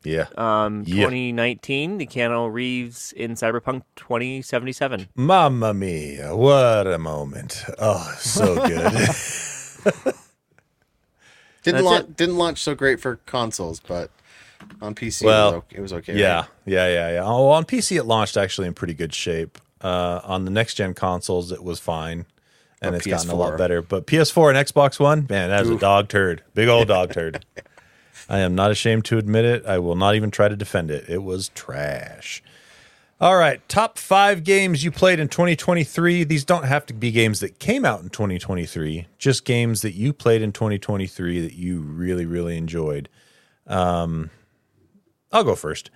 Speaker 1: yeah.
Speaker 4: Um,
Speaker 1: Yeah.
Speaker 4: 2019, the Keanu Reeves in Cyberpunk 2077.
Speaker 1: Mamma mia. What a moment. Oh, so good.
Speaker 5: didn't
Speaker 4: That's
Speaker 5: launch, didn't launch so great for consoles, but on PC,
Speaker 1: Well,
Speaker 5: it, was okay, it was okay.
Speaker 1: yeah.
Speaker 5: right?
Speaker 1: Yeah. Yeah. Yeah. Oh, on PC, it launched actually in pretty good shape. Uh, on the next gen consoles, it was fine. And
Speaker 5: Or
Speaker 1: it's gotten a lot
Speaker 5: PS4.
Speaker 1: better. But PS4 and Xbox One, man, that is a dog turd. Big old dog turd. I am not ashamed to admit it. I will not even try to defend it. It was trash. All right, top five games you played in 2023. These don't have to be games that came out in 2023, just games that you played in 2023 that you really, really enjoyed. Um, I'll go first.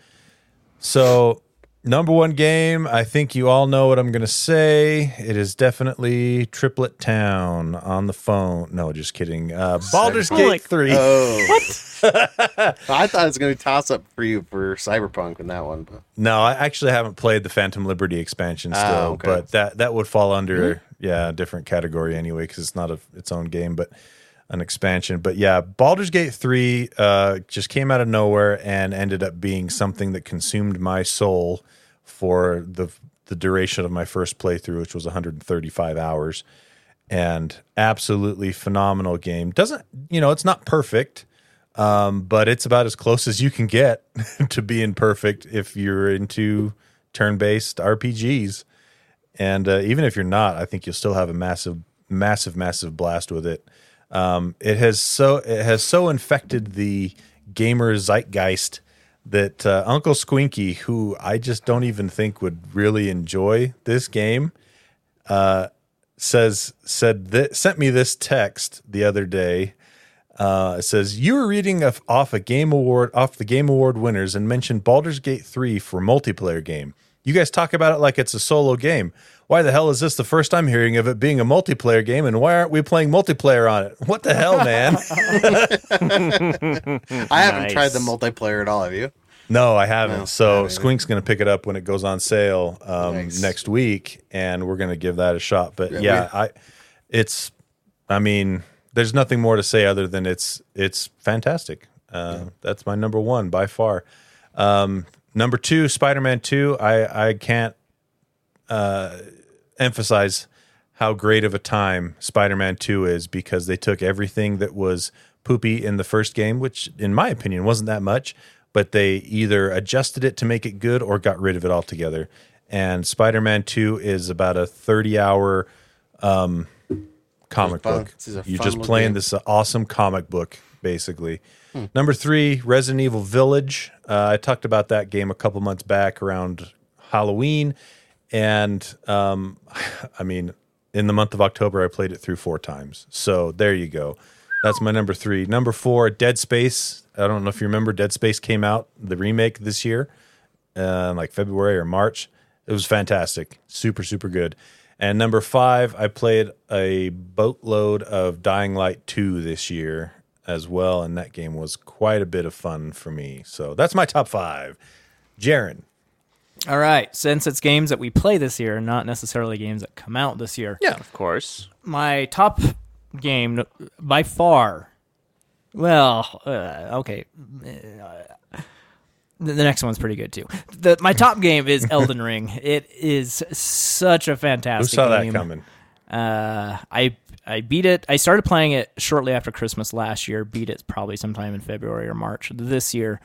Speaker 1: So, number one game, I think you all know what I'm going to say. It is definitely Triplet Town on the phone. No, just kidding. Uh, Baldur's
Speaker 5: Second.
Speaker 1: Gate 3.
Speaker 5: Oh, what? I thought it was going to be toss up for you for Cyberpunk and that one, but
Speaker 1: No, I actually haven't played the Phantom Liberty expansion still,
Speaker 5: okay.
Speaker 1: but that that would fall under yeah a different category anyway because it's not a, its own game, but an expansion. But yeah, Baldur's Gate three uh, just came out of nowhere and ended up being something that consumed my soul for the the duration of my first playthrough, which was 135 hours, and absolutely phenomenal game. Doesn't you know it's not perfect but it's about as close as you can get to being perfect if you're into turn-based RPGs. And uh, even if you're not, I think you'll still have a massive, massive, massive blast with it. Um, it has so it has so infected the gamer zeitgeist that uh, Uncle Squinky, who I just don't even think would really enjoy this game, uh, says said that sent me this text the other day Uh, it says you were reading of- off a game award off the game award winners and mentioned Baldur's Gate 3 for multiplayer game. You guys talk about it like it's a solo game. Why the hell is this the first I'm hearing of it being a multiplayer game and why aren't we playing multiplayer on it? What the hell, man?
Speaker 5: I haven't
Speaker 4: Nice.
Speaker 5: tried the multiplayer at all. Have you?
Speaker 1: No, I haven't.
Speaker 5: No,
Speaker 1: so
Speaker 5: I haven't
Speaker 1: Squink's going to pick it up when it goes on sale um,
Speaker 5: Nice.
Speaker 1: next week, and we're going to give that a shot. But yeah,
Speaker 5: Yeah,
Speaker 1: I, it's, I mean, there's nothing more to say other than it's it's fantastic. Uh, That's my number one by far. Um, number two, Spider-Man Two. I I can't emphasize how great of a time Spider-Man 2 is because they took everything that was poopy in the first game, which in my opinion wasn't that much, but they either adjusted it to make it good or got rid of it altogether. And Spider-Man 2 is about a 30-hour um, comic
Speaker 5: Fun.
Speaker 1: book.
Speaker 5: This is a
Speaker 1: You're
Speaker 5: fun
Speaker 1: just
Speaker 5: little
Speaker 1: playing
Speaker 5: game. Hmm.
Speaker 1: this uh, awesome comic book basically. Number 3, Resident Evil Village. Uh, I talked about that game a couple months back around Halloween and um, I mean, in the month of October, I played it through four times. So there you go. That's my number three. Number four, Dead Space. I don't know if you remember, Dead Space came out the remake this year, uh, like February or March. It was fantastic, super super good. And number five, I played a boatload of Dying Light two this year as well, and that game was quite a bit of fun for me. So that's my top five. Jaren,
Speaker 3: All right, since it's games that we play this year, not necessarily games that come out this year.
Speaker 1: Yeah.
Speaker 4: Of course.
Speaker 3: My top game by far. Well, uh, okay. uh, the the next one's pretty good too. The, my top game is Elden Ring. It is such a
Speaker 1: who
Speaker 3: fantastic
Speaker 1: saw that
Speaker 3: game.
Speaker 1: coming?
Speaker 3: Uh, I I beat it. I started playing it shortly after Christmas last year. Beat it probably sometime in February or March this year.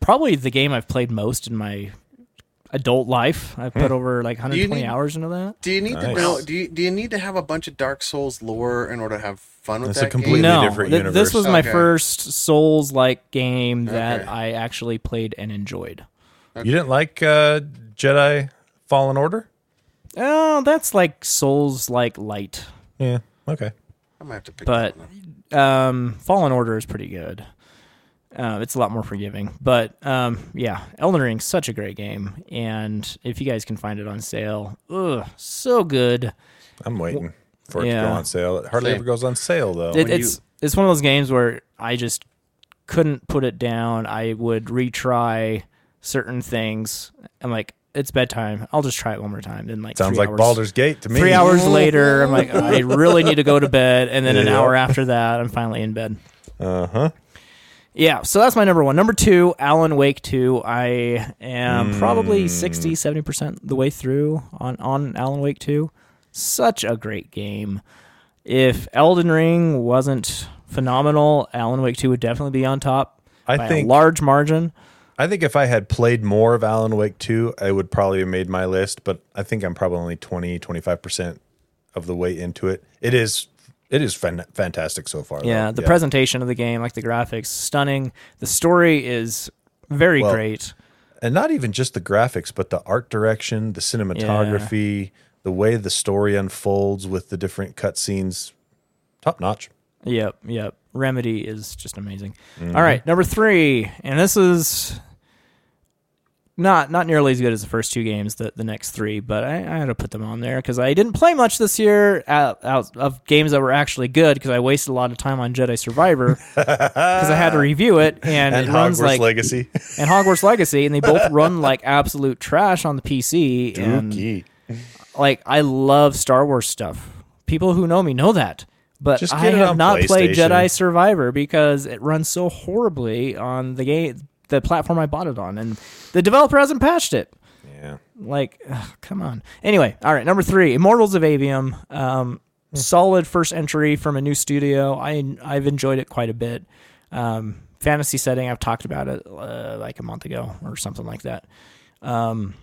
Speaker 3: Probably the game I've played most in my adult life. I put over like
Speaker 5: Hmm. you
Speaker 3: 120
Speaker 5: need-
Speaker 3: hours into that.
Speaker 5: Do you need to
Speaker 1: Nice.
Speaker 5: know? Do you, do you need to have a bunch of Dark Souls lore in order to have fun with
Speaker 1: That's a
Speaker 5: that
Speaker 1: completely
Speaker 5: game?
Speaker 3: no,
Speaker 1: different
Speaker 3: th-
Speaker 1: universe.
Speaker 3: this was my
Speaker 5: Okay.
Speaker 3: first Souls like game that
Speaker 5: Okay.
Speaker 3: I actually played and enjoyed.
Speaker 1: You didn't like uh, Jedi Fallen Order?
Speaker 3: Oh, that's like Souls like light,
Speaker 1: Yeah. Okay.
Speaker 5: I'm gonna have to pick
Speaker 3: but
Speaker 5: that one up.
Speaker 3: um, Fallen Order is pretty good. Uh, it's a lot more forgiving, but um, yeah, Elden Ring's such a great game, and if you guys can find it on sale, ugh, so good.
Speaker 1: I'm waiting for it to
Speaker 3: Yeah.
Speaker 1: go on sale. It hardly
Speaker 5: Same.
Speaker 1: ever goes on sale though.
Speaker 3: It,
Speaker 5: you-
Speaker 3: it's it's one of those games where I just couldn't put it down. I would retry certain things. I'm like, it's bedtime. I'll just try it one more time. Then like
Speaker 1: Sounds
Speaker 3: three
Speaker 1: like
Speaker 3: hours,
Speaker 1: Baldur's Gate to me.
Speaker 3: Three hours later, I'm like, I really need to go to bed. And then an hour after that, I'm finally in bed.
Speaker 1: Uh huh.
Speaker 3: Yeah, so that's my number one. Number two, Alan Wake 2. I
Speaker 1: Hmm.
Speaker 3: am probably 60, 70% the way through on, on Alan Wake 2. Such a great game. If Elden Ring wasn't phenomenal, Alan Wake 2 would definitely be on top
Speaker 1: I
Speaker 3: by
Speaker 1: think-
Speaker 3: a large margin.
Speaker 1: I think if I had played more of Alan Wake 2, I would probably have made my list, but I think I'm probably only 20, 25% of the way into it. It is it is fan- fantastic so far. though.
Speaker 3: Yeah, the presentation of the game, like the graphics, stunning. The story is very
Speaker 1: Well,
Speaker 3: great.
Speaker 1: and not even just the graphics, but the art direction, the cinematography, the way the story unfolds with the different cutscenes. Top notch.
Speaker 3: Yep, yep. Remedy is just amazing.
Speaker 1: Mm-hmm.
Speaker 3: All right, number three, and this is not not nearly as good as the first two games, the the next three, but I, I had to put them on there because I didn't play much this year out, out of games that were actually good because I wasted a lot of time on Jedi Survivor because I had to review it and,
Speaker 1: And
Speaker 3: it runs
Speaker 1: Hogwarts
Speaker 3: like
Speaker 1: Legacy.
Speaker 3: and Hogwarts Legacy, and they both run like absolute trash on the PC. And like I love Star Wars stuff. People who know me know that. But
Speaker 1: Just
Speaker 3: I
Speaker 1: get it
Speaker 3: have
Speaker 1: on
Speaker 3: not played
Speaker 1: PlayStation.
Speaker 3: Jedi Survivor because it runs so horribly on the game, the platform I bought it on, and the developer hasn't patched it.
Speaker 1: yeah.
Speaker 3: Like, ugh, come on. Anyway, all right, number three, Immortals of Avium. Um, Solid first entry from a new studio. I I've enjoyed it quite a bit. Um, fantasy setting. I've talked about it uh, like a month ago or something like that. Um,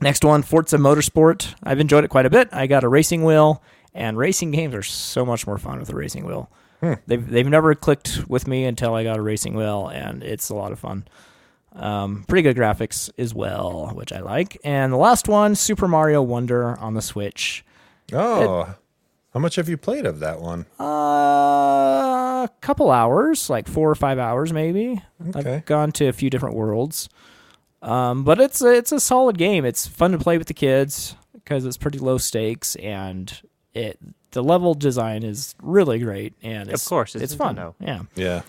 Speaker 3: Next one, Forza Motorsport. I've enjoyed it quite a bit. I got a racing wheel, and racing games are so much more fun with a racing wheel. They've they've never clicked with me until I got a racing wheel, and it's a lot of fun. Um, pretty good graphics as well, which I like. And the last one, Super Mario Wonder on the Switch.
Speaker 1: Oh, how much have you played of that one?
Speaker 3: Uh, a couple hours, like four or five hours, maybe.
Speaker 1: Okay.
Speaker 3: I've gone to a few different worlds, um, but it's a, it's a solid game. It's fun to play with the kids because it's pretty low stakes and it the level design is really great and it's,
Speaker 4: course,
Speaker 3: it's,
Speaker 4: it's
Speaker 3: fun.
Speaker 4: Nintendo.
Speaker 3: Yeah.
Speaker 1: Yeah.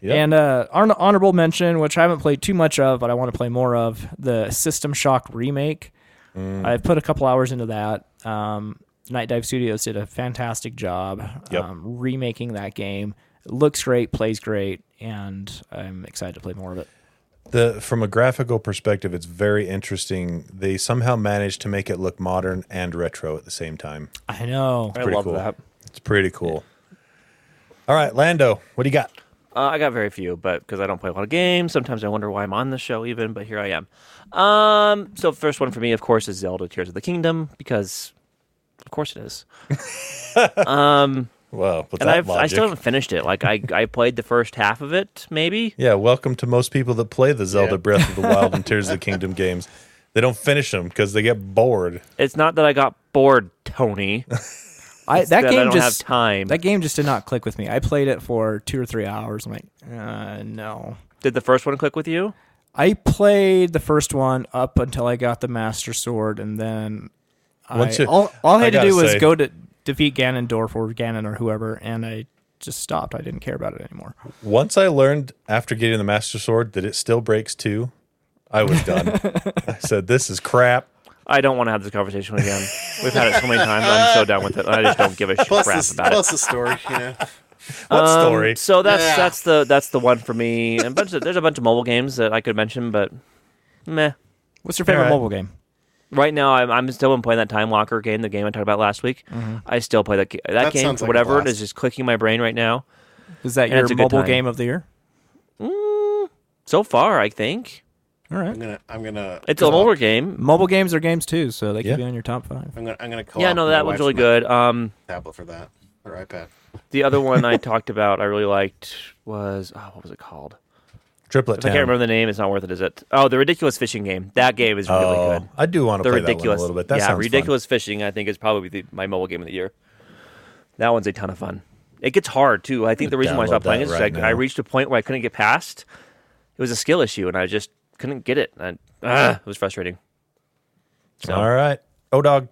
Speaker 1: Yep.
Speaker 3: And uh, hon- honorable mention, which I haven't played too much of, but I want to play more of the System Shock remake.
Speaker 4: Mm.
Speaker 3: I've put a couple hours into that. Um, Night Dive Studios did a fantastic job
Speaker 1: Yep.
Speaker 3: um, remaking that game. It looks great, plays great, and I'm excited to play more of it.
Speaker 1: The from a graphical perspective, it's very interesting. They somehow managed to make it look modern and retro at the same time.
Speaker 3: I know.
Speaker 4: I
Speaker 1: Pretty
Speaker 4: love
Speaker 1: cool.
Speaker 4: that.
Speaker 1: It's pretty cool. All right, Lando, what do you got?
Speaker 4: Uh, I got very few, but because I don't play a lot of games, sometimes I wonder why I'm on the show even. But here I am. Um, so first one for me, of course, is Zelda: Tears of the Kingdom because, of course, it is.
Speaker 1: Well, with
Speaker 4: And
Speaker 1: that
Speaker 4: I've, I
Speaker 1: logic,
Speaker 4: still haven't finished it. Like I, I played the first half of it, maybe.
Speaker 1: yeah. Welcome to most people that play the Zelda
Speaker 5: Yeah.
Speaker 1: Breath of the Wild and Tears of the Kingdom games. They don't finish them because they get bored.
Speaker 4: It's not that I got bored, Tony.
Speaker 3: I, that,
Speaker 4: that I
Speaker 3: game
Speaker 4: don't
Speaker 3: just
Speaker 4: have time.
Speaker 3: That game just did not click with me. I played it for two or three hours. I'm like, uh, no.
Speaker 4: Did the first one click with you?
Speaker 3: I played the first one up until I got the Master Sword, and then
Speaker 1: Once
Speaker 3: I,
Speaker 1: you-
Speaker 3: all, all I
Speaker 1: I
Speaker 3: had to do
Speaker 1: gotta
Speaker 3: was
Speaker 1: say-
Speaker 3: go to defeat Ganondorf or Ganon or whoever, and I just stopped. I didn't care about it anymore.
Speaker 1: Once I learned after getting the Master Sword that it still breaks two, I was done. I said, "This is crap."
Speaker 4: I don't want to have this conversation again. We've had it so many times. I'm so done with it. I just don't give a shit
Speaker 5: Plus,
Speaker 4: crap
Speaker 5: the,
Speaker 4: about it.
Speaker 5: plus the story, you know.
Speaker 1: What
Speaker 4: Um,
Speaker 1: story?
Speaker 4: So that's
Speaker 5: Yeah.
Speaker 4: that's the that's the one for me. And a bunch of, there's a bunch of mobile games that I could mention, but meh.
Speaker 3: What's your favorite
Speaker 1: Alright.
Speaker 3: mobile game?
Speaker 4: Right now, I'm, I'm still in playing that Time Locker game, the game I talked about last week. I still play that ga- that,
Speaker 5: Mm-hmm. That
Speaker 4: game
Speaker 5: sounds
Speaker 4: for
Speaker 5: like a
Speaker 4: whatever it
Speaker 5: blast.
Speaker 4: is, just clicking my brain right now.
Speaker 3: Is that
Speaker 4: And
Speaker 3: your
Speaker 4: it's a good
Speaker 3: mobile
Speaker 4: time.
Speaker 3: game of the year?
Speaker 4: So far, I think
Speaker 3: All
Speaker 5: I'm
Speaker 3: right.
Speaker 5: gonna, I'm gonna,
Speaker 4: it's a mobile game.
Speaker 3: Mobile games are games too, so they could
Speaker 1: Yeah.
Speaker 3: be on your top five.
Speaker 5: I'm gonna, I'm gonna.
Speaker 4: Yeah, no,
Speaker 5: co-opt my
Speaker 4: that one's
Speaker 5: wife's
Speaker 4: really
Speaker 5: Mac
Speaker 4: good. Um,
Speaker 5: Tablet for that, or iPad.
Speaker 4: the other one I talked about, I really liked was oh, what was it called?
Speaker 1: Triplet
Speaker 4: If
Speaker 1: Town.
Speaker 4: I can't remember the name, it's not worth it, is it? Oh, the ridiculous fishing game. That game is really
Speaker 1: Oh,
Speaker 4: good.
Speaker 1: I do want to
Speaker 4: the
Speaker 1: play
Speaker 4: ridiculous,
Speaker 1: that one a little bit. That
Speaker 4: yeah,
Speaker 1: sounds
Speaker 4: ridiculous fishing. I think is probably the, my mobile game of the year. That one's a ton of fun. It gets hard too. I think the reason why I
Speaker 1: download
Speaker 4: stopped playing
Speaker 1: that
Speaker 4: it is
Speaker 1: right
Speaker 4: I, I
Speaker 1: now.
Speaker 4: reached a point where I couldn't get past. It was a skill issue, and I just couldn't get it. And I, ugh, it was frustrating.
Speaker 1: Fun. All right, O Dog,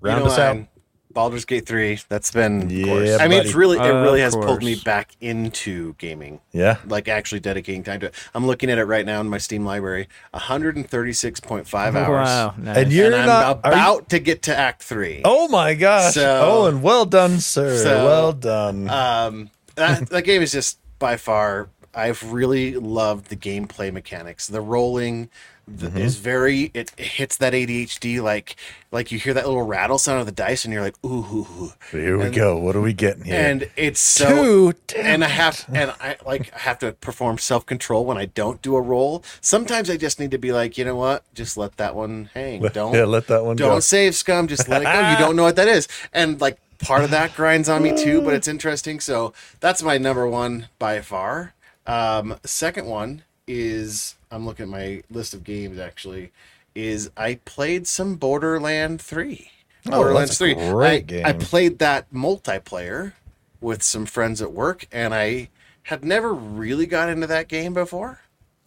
Speaker 1: round
Speaker 5: you know,
Speaker 1: us out.
Speaker 5: um, Baldur's Gate three. That's been.
Speaker 1: Yeah,
Speaker 5: I mean, it's
Speaker 1: buddy.
Speaker 5: really, it
Speaker 3: Of
Speaker 5: really has pulled
Speaker 3: course.
Speaker 5: me back into gaming.
Speaker 1: Yeah.
Speaker 5: like actually dedicating time to it. I'm looking at it right now in my Steam library. 136.5 hours.
Speaker 3: Wow. nice.
Speaker 1: And you're
Speaker 5: And I'm
Speaker 1: not are you-
Speaker 5: about to get to Act Three.
Speaker 1: Oh my gosh.
Speaker 5: So-
Speaker 1: oh, and well done, sir.
Speaker 5: So,
Speaker 1: well done.
Speaker 5: Um, that, that game is just by far. I've really loved the gameplay mechanics. The rolling th-
Speaker 1: Mm-hmm.
Speaker 5: is very. It, it hits that ADHD like like you hear that little rattle sound of the dice, and you're like, ooh, ooh, ooh.
Speaker 1: Here we
Speaker 5: and-
Speaker 1: go. What are we getting here?
Speaker 5: and it's so
Speaker 1: Two
Speaker 5: and I have and I like I have to perform self control when I don't do a roll. Sometimes I just need to be like, you know what, just let that one hang. Don't
Speaker 1: yeah, let that one
Speaker 5: don't
Speaker 1: go.
Speaker 5: save scum. Just let it go. You don't know what that is, and like part of that grinds on me too. But it's interesting. So that's my number one by far. Um, second one is I'm looking at my list of games actually. Is I played some Borderland Three.
Speaker 1: that's
Speaker 3: Oh,
Speaker 1: a great
Speaker 5: I, I
Speaker 1: game.
Speaker 5: played that multiplayer with some friends at work, and I had never really got into that game before,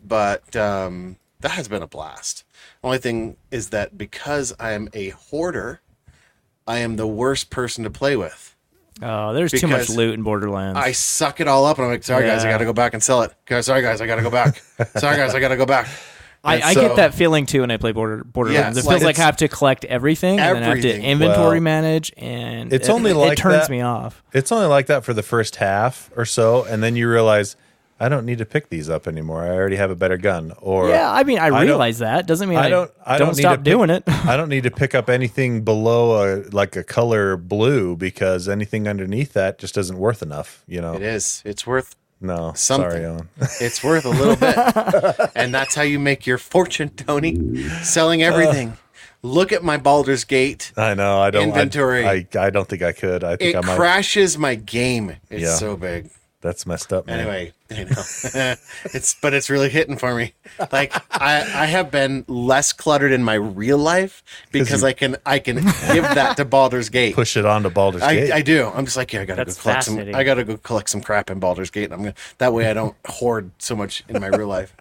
Speaker 5: but um, that has been a blast. Only thing is that because I am a hoarder, I am the worst person to play with.
Speaker 3: oh, there's too much
Speaker 5: because
Speaker 3: loot in Borderlands.
Speaker 5: I suck it all up, and I'm like, sorry guys, I
Speaker 3: Yeah.
Speaker 5: got to go back and sell it. Guys, sorry guys, I got to go back. sorry guys, I got to go back.
Speaker 3: I,
Speaker 5: And
Speaker 3: I
Speaker 5: so-
Speaker 3: get that feeling too when I play Border Borderlands.
Speaker 5: it's
Speaker 3: it feels
Speaker 5: like-
Speaker 3: like I have to collect everything, and then I have to
Speaker 5: Everything.
Speaker 3: inventory
Speaker 1: Well,
Speaker 3: manage, and
Speaker 1: it's
Speaker 3: it,
Speaker 1: only
Speaker 3: it
Speaker 1: like
Speaker 3: turns
Speaker 1: that-
Speaker 3: me off.
Speaker 1: It's only like that for the first half or so, and then you realize I don't need to pick these up anymore. I already have a better gun. Or
Speaker 3: Yeah, I mean, I,
Speaker 1: don't-
Speaker 3: realize that doesn't mean
Speaker 1: I don't. I don't, need
Speaker 3: stop
Speaker 1: to pick-
Speaker 3: doing it.
Speaker 1: I don't need to pick up anything below a like a color blue because anything underneath that just isn't worth enough. You know.
Speaker 5: It is. It's worth
Speaker 1: No.
Speaker 5: Something.
Speaker 1: Sorry, Owen.
Speaker 5: It's worth a little bit. and that's how you make your fortune, Tony. Selling everything. Look at my Baldur's Gate.
Speaker 1: Uh. I know. I don't. I-
Speaker 5: Inventory.
Speaker 1: I, I, don't think I could. I think
Speaker 5: It
Speaker 1: I might.
Speaker 5: crashes my game. It's
Speaker 1: Yeah.
Speaker 5: so big.
Speaker 1: That's messed up, man.
Speaker 5: Anyway, I know it's, but it's really hitting for me. Like I, I have been less cluttered in my real life because
Speaker 1: you-
Speaker 5: I can, I can give that to Baldur's Gate.
Speaker 1: push it onto Baldur's Gate.
Speaker 5: I, I do. I'm just like, yeah, I gotta
Speaker 4: That's
Speaker 5: go collect some.
Speaker 4: fascinating.
Speaker 5: I gotta go collect some crap in Baldur's Gate. And I'm gonna that way I don't hoard so much in my real life.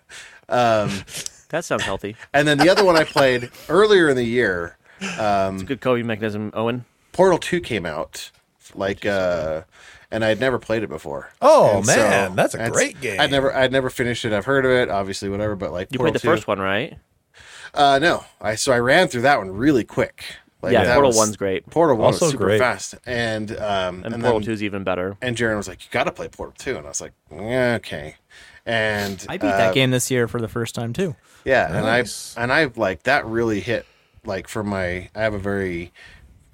Speaker 5: Um,
Speaker 4: That sounds healthy.
Speaker 5: And then the other one I played earlier in the year,
Speaker 4: It's a good coping mechanism, Owen.
Speaker 5: Portal Two came out. Like, uh, and I'd never played it before.
Speaker 1: Oh,
Speaker 5: And
Speaker 1: man, that's a great game.
Speaker 5: I'd never, I'd never finished it. I've heard of it, obviously, whatever. But like,
Speaker 4: You played the first one, right?
Speaker 5: Uh, no, I so I ran through that one really quick. Like,
Speaker 4: Yeah,
Speaker 5: that
Speaker 4: Portal 1's great.
Speaker 5: Portal One
Speaker 1: Also
Speaker 5: was super
Speaker 1: great.
Speaker 5: fast, and um,
Speaker 4: And,
Speaker 5: and
Speaker 4: Portal
Speaker 5: then-
Speaker 4: 2 is even better.
Speaker 5: and Jaron was like, "You got to play Portal 2. and I was like, "Yeah, "Okay." And
Speaker 3: I beat
Speaker 5: uh,
Speaker 3: that game this year for the first time too.
Speaker 5: Yeah,
Speaker 1: Nice.
Speaker 5: and I and I like that really hit like for my I have a very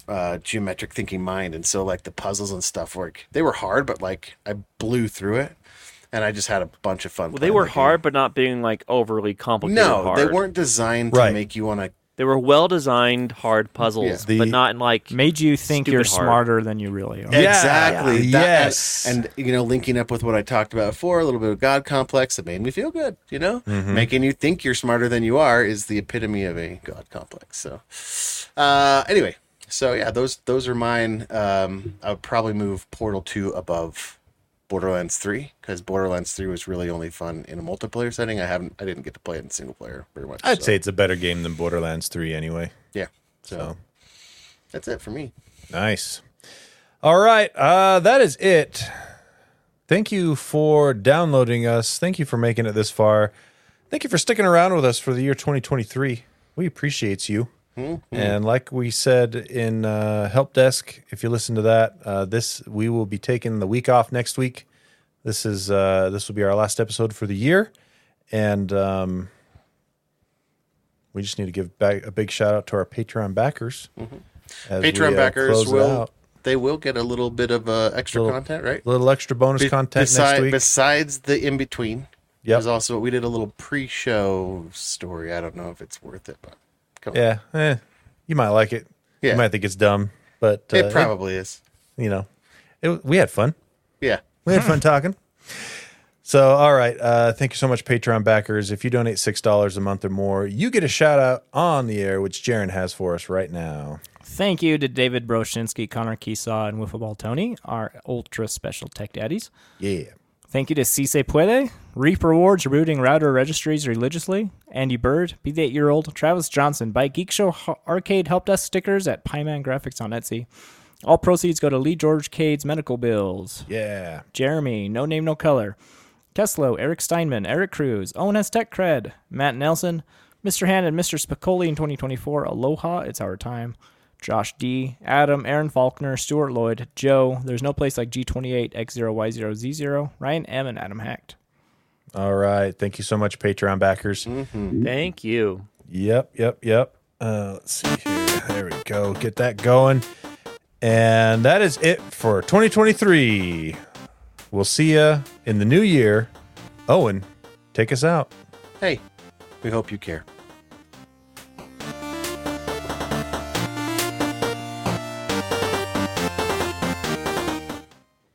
Speaker 5: uh geometric thinking mind and so like the puzzles and stuff were they were hard but like I blew through it and I just had a bunch of fun.
Speaker 4: Well, they
Speaker 5: playing
Speaker 4: were
Speaker 5: the game.
Speaker 4: hard, but not being like overly complicated.
Speaker 5: No,
Speaker 4: hard.
Speaker 5: they weren't designed to
Speaker 1: Right.
Speaker 5: make you want to
Speaker 4: They were well designed, hard puzzles,
Speaker 5: Yeah.
Speaker 1: The-
Speaker 4: but not in like.
Speaker 3: Made you think
Speaker 4: Stupid
Speaker 3: you're
Speaker 4: hard.
Speaker 3: smarter than you really are.
Speaker 1: Yeah,
Speaker 5: exactly
Speaker 1: yeah,
Speaker 5: that-
Speaker 1: yes.
Speaker 5: and, and, you know linking up with what i talked about before a little bit of god complex that made me feel good you know
Speaker 1: Mm-hmm.
Speaker 5: making you think you're smarter than you are is the epitome of a god complex so uh anyway so yeah those those are mine um i would probably move portal 2 above borderlands 3 because borderlands 3 was really only fun in a multiplayer setting i haven't i didn't get to play it in single player very much
Speaker 1: I'd
Speaker 5: so,
Speaker 1: say it's a better game than Borderlands 3 anyway.
Speaker 5: yeah so,
Speaker 1: So,
Speaker 5: that's it for me
Speaker 1: nice. All right. Uh, that is it. Thank you for downloading us. Thank you for making it this far. Thank you for sticking around with us for the year 2023. We appreciate you.
Speaker 5: Mm-hmm.
Speaker 1: And like we said in uh, Help Desk, if you listen to that, uh, this we will be taking the week off next week. This is uh, this will be our last episode for the year, and um, we just need to give back a big shout out to our Patreon backers. as we,
Speaker 5: Mm-hmm. patreon
Speaker 1: uh,
Speaker 5: backers
Speaker 1: close it
Speaker 5: will
Speaker 1: out.
Speaker 5: they will get a little bit of uh, extra
Speaker 1: Little-
Speaker 5: content right
Speaker 1: little extra bonus
Speaker 5: Be-
Speaker 1: content next
Speaker 5: beside-
Speaker 1: week.
Speaker 5: Besides the in between,
Speaker 1: Yep.
Speaker 5: there's also we did a little pre-show story. I don't know if it's worth it, but come on.
Speaker 1: yeah, eh, you might like it.
Speaker 5: Yeah.
Speaker 1: You might think it's dumb, but uh,
Speaker 5: it probably is.
Speaker 1: you know, it, we had fun.
Speaker 5: Yeah,
Speaker 1: We
Speaker 5: Hmm.
Speaker 1: had fun talking. So, all right. Uh, thank you so much, Patreon backers. If you donate $6 a month or more, you get a shout out on the air, which Jaron has for us right now.
Speaker 3: Thank you to David Broshinsky, Connor Keesaw, and Wiffleball Tony, our ultra special tech daddies.
Speaker 1: Yeah.
Speaker 3: Thank you to Si Se Puede, Reap Rewards, Routing Router Registries Religiously, Andy Bird, Be the Eight Year Old, Travis Johnson, Buy Geek Show Ho- Arcade Help Desk stickers at Pyman Graphics on Etsy. All proceeds go to Lee George Cade's medical bills.
Speaker 1: Yeah.
Speaker 3: Jeremy, No Name No Color, Keslow, Eric Steinman, Eric Cruz, ONS Tech Cred, Matt Nelson, Mr. Han and Mr. Spicoli in 2024, Aloha, It's Our Time, Josh D, Adam, Aaron Faulkner, Stuart Lloyd, Joe, There's No Place Like G28, X0Y0Z0, Ryan M, and Adam Hacked.
Speaker 1: All right. Thank you so much, Patreon backers.
Speaker 4: Thank you.
Speaker 1: Yep. Yep. Yep. Uh, let's see here. There we go. Get that going. And that is it for 2023. We'll see ya in the new year. Owen, take us out.
Speaker 5: hey, we hope you care.